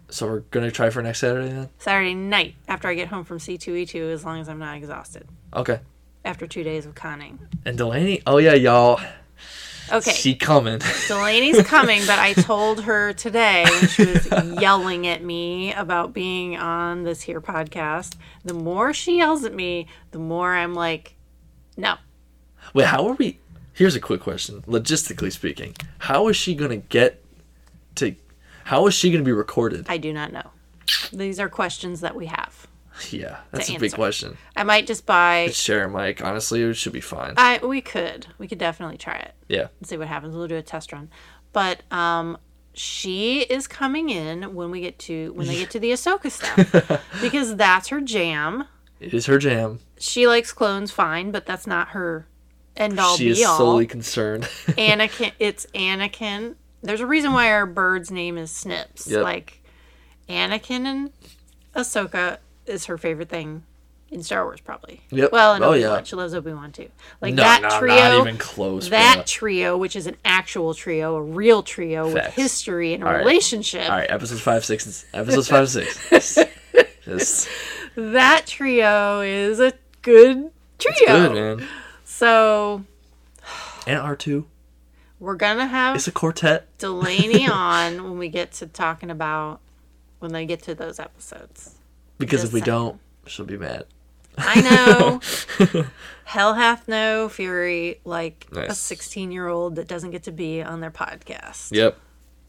Speaker 2: So we're gonna try for next Saturday then.
Speaker 1: Saturday night after I get home from C2E2, as long as I'm not exhausted
Speaker 2: Okay.
Speaker 1: after two days of conning.
Speaker 2: And Delaney, oh yeah, y'all,
Speaker 1: Okay,
Speaker 2: she coming.
Speaker 1: Delaney's coming, but I told her today when she was yelling at me about being on this here podcast. The more she yells at me, the more I'm like, no.
Speaker 2: Wait, how are we? Here's a quick question. Logistically speaking, how is she gonna get to? How is she gonna be recorded?
Speaker 1: I do not know. These are questions that we have.
Speaker 2: Yeah, that's
Speaker 1: To
Speaker 2: a big
Speaker 1: answer.
Speaker 2: question.
Speaker 1: I might just buy.
Speaker 2: Share a mic. Honestly, it should be fine.
Speaker 1: I we could we could definitely try it.
Speaker 2: Yeah.
Speaker 1: and see what happens. We'll do a test run. But um, she is coming in when we get to when they get to the Ahsoka stuff because that's her jam.
Speaker 2: It is her jam.
Speaker 1: She likes clones fine, but that's not her end all
Speaker 2: she
Speaker 1: be
Speaker 2: is
Speaker 1: all.
Speaker 2: solely concerned.
Speaker 1: Anakin, it's Anakin. There's a reason why our bird's name is Snips.
Speaker 2: Yep.
Speaker 1: Like Anakin and Ahsoka is her favorite thing in Star Wars, probably.
Speaker 2: Yep.
Speaker 1: Well, and
Speaker 2: Oh,
Speaker 1: Obi Wan.
Speaker 2: yeah.
Speaker 1: She loves Obi Wan too. Like
Speaker 2: no,
Speaker 1: that
Speaker 2: no,
Speaker 1: trio.
Speaker 2: not even close.
Speaker 1: That
Speaker 2: bruh.
Speaker 1: trio, which is an actual trio, a real trio with
Speaker 2: Facts.
Speaker 1: history and a
Speaker 2: right.
Speaker 1: relationship,
Speaker 2: All right, episodes five, six, and s- episodes five, and six. Just
Speaker 1: that trio is a good trio.
Speaker 2: good, man.
Speaker 1: So
Speaker 2: And R two,
Speaker 1: we're gonna have
Speaker 2: it's a quartet.
Speaker 1: Delaney on when we get to talking about when they get to those episodes.
Speaker 2: Because
Speaker 1: Just
Speaker 2: if we
Speaker 1: saying.
Speaker 2: don't, she'll be mad.
Speaker 1: I know. Hell hath no fury like a
Speaker 2: Nice.
Speaker 1: 16 year old that doesn't get to be on their podcast.
Speaker 2: Yep.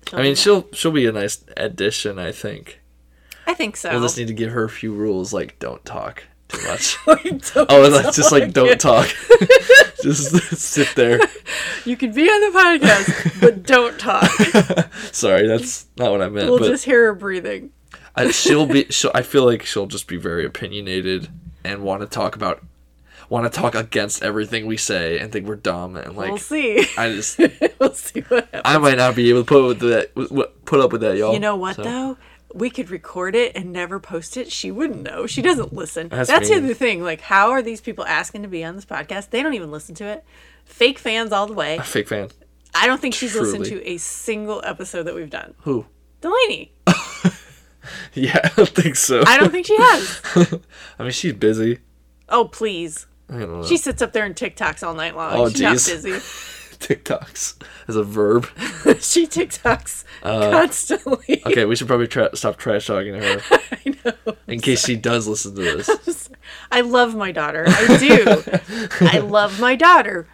Speaker 1: She'll be
Speaker 2: I mean,
Speaker 1: mad.
Speaker 2: she'll she'll be a nice addition, I think.
Speaker 1: I think so.
Speaker 2: We'll just need to give her a few rules, like don't talk too much.
Speaker 1: Don't-
Speaker 2: oh, that's just like don't talk. just sit there.
Speaker 1: you can be on the podcast, but don't talk.
Speaker 2: Sorry, that's not what I meant.
Speaker 1: We'll
Speaker 2: but
Speaker 1: just hear her breathing.
Speaker 2: I, she'll be. She'll, I feel like she'll just be very opinionated and want to talk about, want to talk against everything we say and think we're dumb and like.
Speaker 1: We'll see.
Speaker 2: I just.
Speaker 1: we'll see what happens.
Speaker 2: I might not be able to put up with that. with- with- Put up with that, y'all.
Speaker 1: You know what
Speaker 2: Oh, So,
Speaker 1: though? We could record it and never post it. She wouldn't know. She doesn't listen.
Speaker 2: That's
Speaker 1: That's, the
Speaker 2: mean.
Speaker 1: other thing. Like, how are these people asking to be on this podcast? They don't even listen to it. Fake fans all the way.
Speaker 2: Fake fan.
Speaker 1: I don't think she's listened
Speaker 2: Truly.
Speaker 1: to a single episode that we've done.
Speaker 2: Who?
Speaker 1: Delaney.
Speaker 2: Yeah, I don't think so.
Speaker 1: I don't think she has.
Speaker 2: I mean, she's busy.
Speaker 1: Oh please.
Speaker 2: I don't know.
Speaker 1: She sits up there and TikToks all night long.
Speaker 2: Oh,
Speaker 1: she's not
Speaker 2: geez.
Speaker 1: busy.
Speaker 2: TikToks as a verb.
Speaker 1: she TikToks constantly.
Speaker 2: Uh, Okay, we should probably tra- stop trash talking to her
Speaker 1: I know.
Speaker 2: in case she does listen to this.
Speaker 1: I love my daughter. I do. I love my daughter.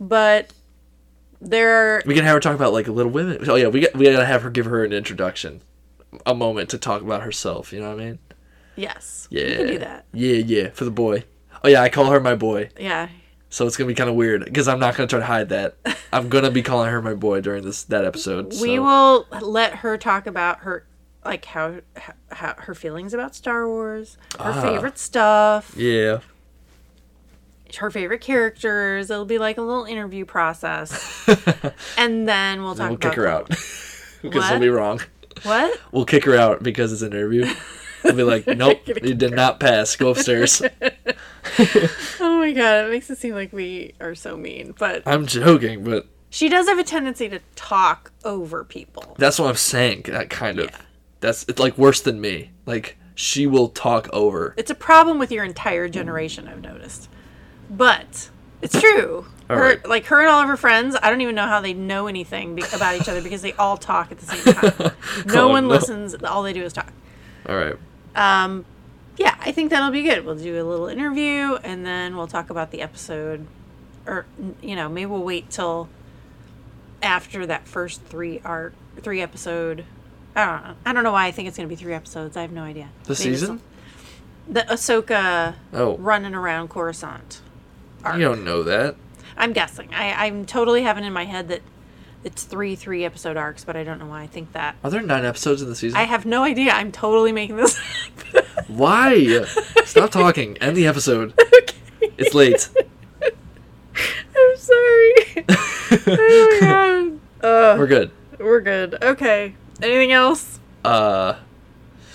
Speaker 1: But there are
Speaker 2: We can have her talk about like Little Women. Oh yeah, we got, we gotta have her give her an introduction, a moment to talk about herself. You know what I mean?
Speaker 1: Yes.
Speaker 2: Yeah.
Speaker 1: We can do that.
Speaker 2: Yeah, yeah, for the boy. Oh yeah, I call her my boy,
Speaker 1: Yeah.
Speaker 2: so it's gonna be kind of weird because I'm not gonna try to hide that. I'm gonna be calling her my boy during this that episode.
Speaker 1: We
Speaker 2: so-
Speaker 1: will let her talk about her like how, how, how her feelings about Star Wars, her favorite stuff,
Speaker 2: Yeah.
Speaker 1: her favorite characters. It'll be like a little interview process. and then we'll talk
Speaker 2: We'll
Speaker 1: about
Speaker 2: kick her out because
Speaker 1: What?
Speaker 2: we'll be wrong.
Speaker 1: What?
Speaker 2: We'll kick her out because it's an interview. I'll be like, nope, you did not pass. Go upstairs.
Speaker 1: Oh my god, it makes it seem like we are so mean. But
Speaker 2: I'm joking, but
Speaker 1: she does have a tendency to talk over people.
Speaker 2: that's what I'm saying. That kind of.
Speaker 1: Yeah.
Speaker 2: That's it's like worse than me. Like she will talk over.
Speaker 1: It's a problem with your entire generation, I've noticed. But it's true.
Speaker 2: All
Speaker 1: her,
Speaker 2: right.
Speaker 1: Like her and all of her friends, I don't even know how they know anything be- about each other because they all talk at the same time. no
Speaker 2: Oh,
Speaker 1: one
Speaker 2: no.
Speaker 1: listens. All they do is talk.
Speaker 2: All right.
Speaker 1: Um, yeah, I think that'll be good. We'll do a little interview and then we'll talk about the episode. Or, n- you know, maybe we'll wait till after that first three art, three episode. I don't know. I don't know why I think it's going to be three episodes. I have no idea.
Speaker 2: The
Speaker 1: Maybe it's
Speaker 2: season?
Speaker 1: a- The Ahsoka
Speaker 2: Oh,
Speaker 1: running around Coruscant.
Speaker 2: you don't know that.
Speaker 1: I'm guessing. I, I'm totally having in my head that it's three three episode arcs, but I don't know why I think that.
Speaker 2: Are there nine episodes in the season?
Speaker 1: I have no idea. I'm totally making this up.
Speaker 2: Why? Stop talking. End the episode. It's late.
Speaker 1: I'm sorry. oh my god. Uh,
Speaker 2: We're good.
Speaker 1: we're good. Okay. Anything else?
Speaker 2: Uh,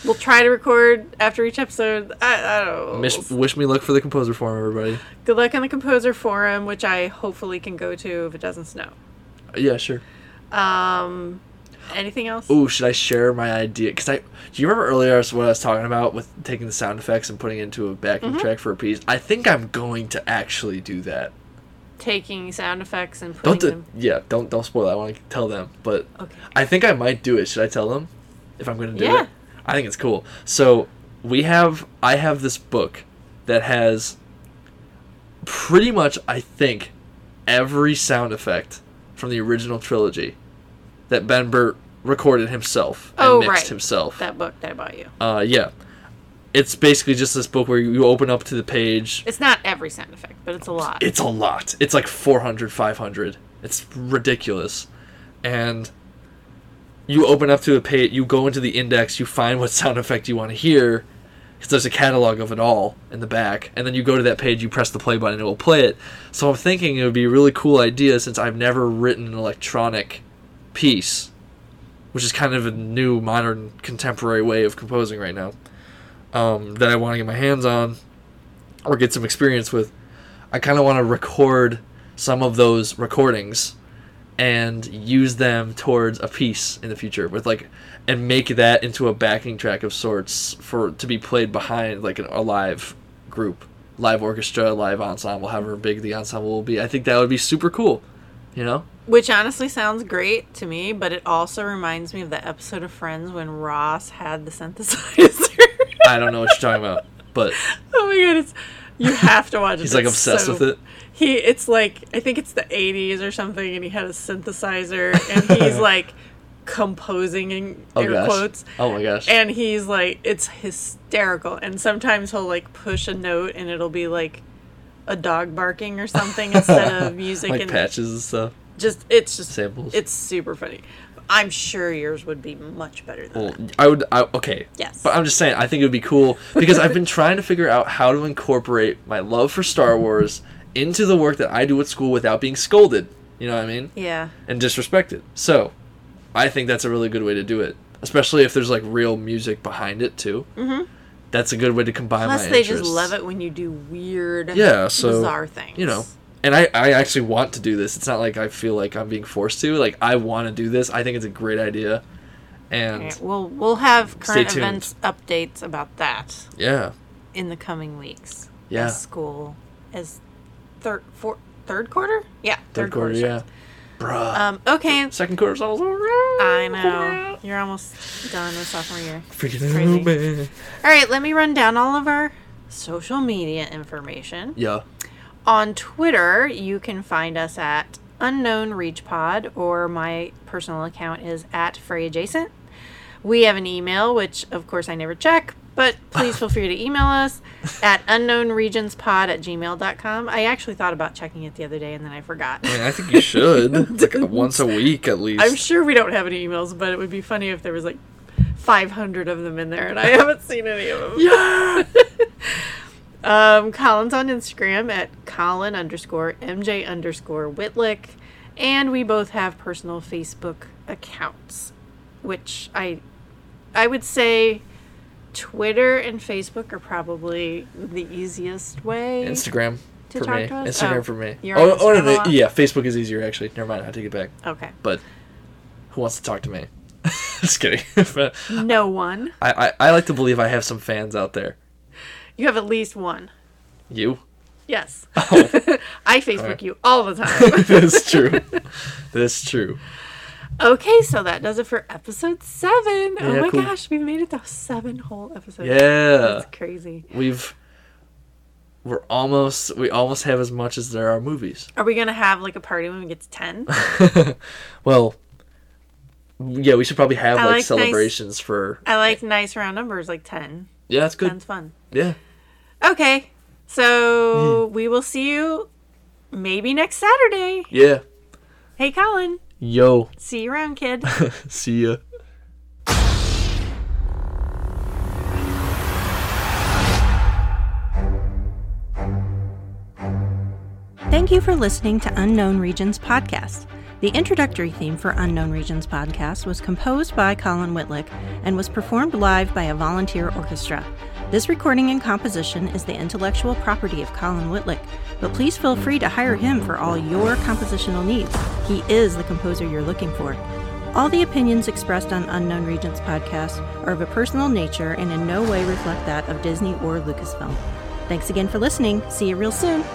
Speaker 1: We'll try to record after each episode. I, I don't know.
Speaker 2: mish, wish me luck for the composer forum, everybody.
Speaker 1: Good luck on the composer forum, which I hopefully can go to if it doesn't snow.
Speaker 2: Yeah, sure.
Speaker 1: Um, anything else?
Speaker 2: Ooh, should I share my idea? Because I, do you remember earlier as what I was talking about with taking the sound effects and putting it into a backing
Speaker 1: Mm-hmm.
Speaker 2: track for a piece? I think I'm going to actually do that.
Speaker 1: Taking sound effects and putting
Speaker 2: Don't, do-
Speaker 1: them.
Speaker 2: yeah, don't don't spoil that. I want to tell them, but
Speaker 1: Okay.
Speaker 2: I think I might do it. Should I tell them if I'm going to do
Speaker 1: Yeah.
Speaker 2: it? I think it's cool. So we have I have this book that has pretty much I think every sound effect from the original trilogy that Ben Burt recorded himself and
Speaker 1: Oh,
Speaker 2: mixed
Speaker 1: right.
Speaker 2: himself.
Speaker 1: That book that I bought you.
Speaker 2: Uh, yeah, it's basically just this book where you open up to the page.
Speaker 1: It's not every sound effect, but it's a lot.
Speaker 2: It's a lot. It's like 400, 500. It's ridiculous. And you open up to a page, you go into the index, you find what sound effect you want to hear, because there's a catalog of it all in the back. And then you go to that page, you press the play button, and it will play it. So I'm thinking it would be a really cool idea since I've never written an electronic piece, which is kind of a new, modern, contemporary way of composing right now, um, that I want to get my hands on or get some experience with. I kind of want to record some of those recordings and use them towards a piece in the future with like and make that into a backing track of sorts for to be played behind like an, a live group live orchestra live ensemble however big the ensemble will be i think that would be super cool you know
Speaker 1: Which honestly sounds great to me, but it also reminds me of the episode of Friends when Ross had the synthesizer.
Speaker 2: i don't know what you're talking about but
Speaker 1: oh my god, it's you have to watch it.
Speaker 2: he's like
Speaker 1: It's
Speaker 2: obsessed
Speaker 1: so-
Speaker 2: with it
Speaker 1: He it's like I think it's the eighties or something and he had a synthesizer and he's like composing in
Speaker 2: oh
Speaker 1: air
Speaker 2: gosh
Speaker 1: quotes.
Speaker 2: oh my gosh
Speaker 1: And he's like it's hysterical and sometimes he'll like push a note and it'll be like a dog barking or something instead of music
Speaker 2: like
Speaker 1: and
Speaker 2: patches and stuff
Speaker 1: just it's just
Speaker 2: Samples.
Speaker 1: It's super funny. I'm sure yours would be much better than
Speaker 2: Well,
Speaker 1: that.
Speaker 2: I would. I, okay.
Speaker 1: Yes.
Speaker 2: But I'm just saying, I think it would be cool because I've been trying to figure out how to incorporate my love for Star Wars into the work that I do at school without being scolded. You know what I mean?
Speaker 1: Yeah.
Speaker 2: And disrespected. So, I think that's a really good way to do it, especially if there's like real music behind it too. Mm-hmm. That's a good way to combine.
Speaker 1: Plus,
Speaker 2: my
Speaker 1: they just
Speaker 2: interests.
Speaker 1: love it when you do weird,
Speaker 2: Yeah. So
Speaker 1: bizarre things.
Speaker 2: You know. And I, I actually want to do this. It's not like I feel like I'm being forced to. Like I want to do this. I think it's a great idea. And
Speaker 1: Alright, we'll we'll have current
Speaker 2: tuned.
Speaker 1: events updates about that
Speaker 2: yeah.
Speaker 1: in the coming weeks.
Speaker 2: Yeah.
Speaker 1: As school as third four, third quarter. Yeah.
Speaker 2: Third quarter, yeah.
Speaker 1: starts.
Speaker 2: Bruh.
Speaker 1: Um. Okay.
Speaker 2: Second quarter's almost over.
Speaker 1: I know you're almost done with sophomore year.
Speaker 2: Freaking
Speaker 1: Crazy.
Speaker 2: man.
Speaker 1: All right. Let me run down all of our social media information.
Speaker 2: Yeah.
Speaker 1: On Twitter, you can find us at Unknown Reach Pod, or my personal account is at Fray Adjacent. We have an email, which of course I never check, but please feel free to email us at unknownregionspod at gmail.com. I actually thought about checking it the other day and then I forgot.
Speaker 2: I, mean, I think you should. It's like once a week at least.
Speaker 1: I'm sure we don't have any emails, but it would be funny if there was like 500 of them in there and I haven't seen any of them.
Speaker 2: yeah.
Speaker 1: Um, Colin's on Instagram at Colin underscore MJ underscore Whitlick, and we both have personal Facebook accounts, which I, I would say, Twitter and Facebook are probably the easiest way.
Speaker 2: Instagram
Speaker 1: To
Speaker 2: for
Speaker 1: talk
Speaker 2: me.
Speaker 1: to us?
Speaker 2: Instagram
Speaker 1: Oh,
Speaker 2: for me.
Speaker 1: you're
Speaker 2: Oh,
Speaker 1: on
Speaker 2: oh
Speaker 1: Instagram
Speaker 2: no,
Speaker 1: a
Speaker 2: no,
Speaker 1: lot?
Speaker 2: yeah, Facebook is easier actually. Never mind, I take it back.
Speaker 1: okay.
Speaker 2: But who wants to talk to me? Just kidding. I,
Speaker 1: No one.
Speaker 2: I I like to believe I have some fans out there.
Speaker 1: You have at least one.
Speaker 2: You.
Speaker 1: Yes.
Speaker 2: Oh.
Speaker 1: I Facebook you all the time.
Speaker 2: That's true. That's true.
Speaker 1: okay, so that does it for episode seven. oh
Speaker 2: Yeah,
Speaker 1: my
Speaker 2: cool.
Speaker 1: gosh, we made it to seven whole episodes.
Speaker 2: Yeah.
Speaker 1: That's crazy.
Speaker 2: We've we're almost we almost have as much as there are movies.
Speaker 1: Are we going to have like a party when we get to 10?
Speaker 2: well, yeah, we should probably have
Speaker 1: I
Speaker 2: like,
Speaker 1: like nice-
Speaker 2: celebrations for
Speaker 1: I like nice round numbers like 10.
Speaker 2: Yeah, that's good.
Speaker 1: 10's fun.
Speaker 2: Yeah.
Speaker 1: Okay.
Speaker 2: Hmm.
Speaker 1: So we will see you maybe next Saturday.
Speaker 2: Yeah.
Speaker 1: Hey, Colin.
Speaker 2: Yo.
Speaker 1: See you around, kid.
Speaker 2: See ya.
Speaker 1: Thank you for listening to Unknown Regions Podcast. The introductory theme for Unknown Regions Podcast was composed by Colin Whitlick and was performed live by a volunteer orchestra. This recording and composition is the intellectual property of Colin Whitlick, but please feel free to hire him for all your compositional needs. He is the composer you're looking for. All the opinions expressed on Unknown Regions Podcast are of a personal nature and in no way reflect that of Disney or Lucasfilm. Thanks again for listening. See you real soon.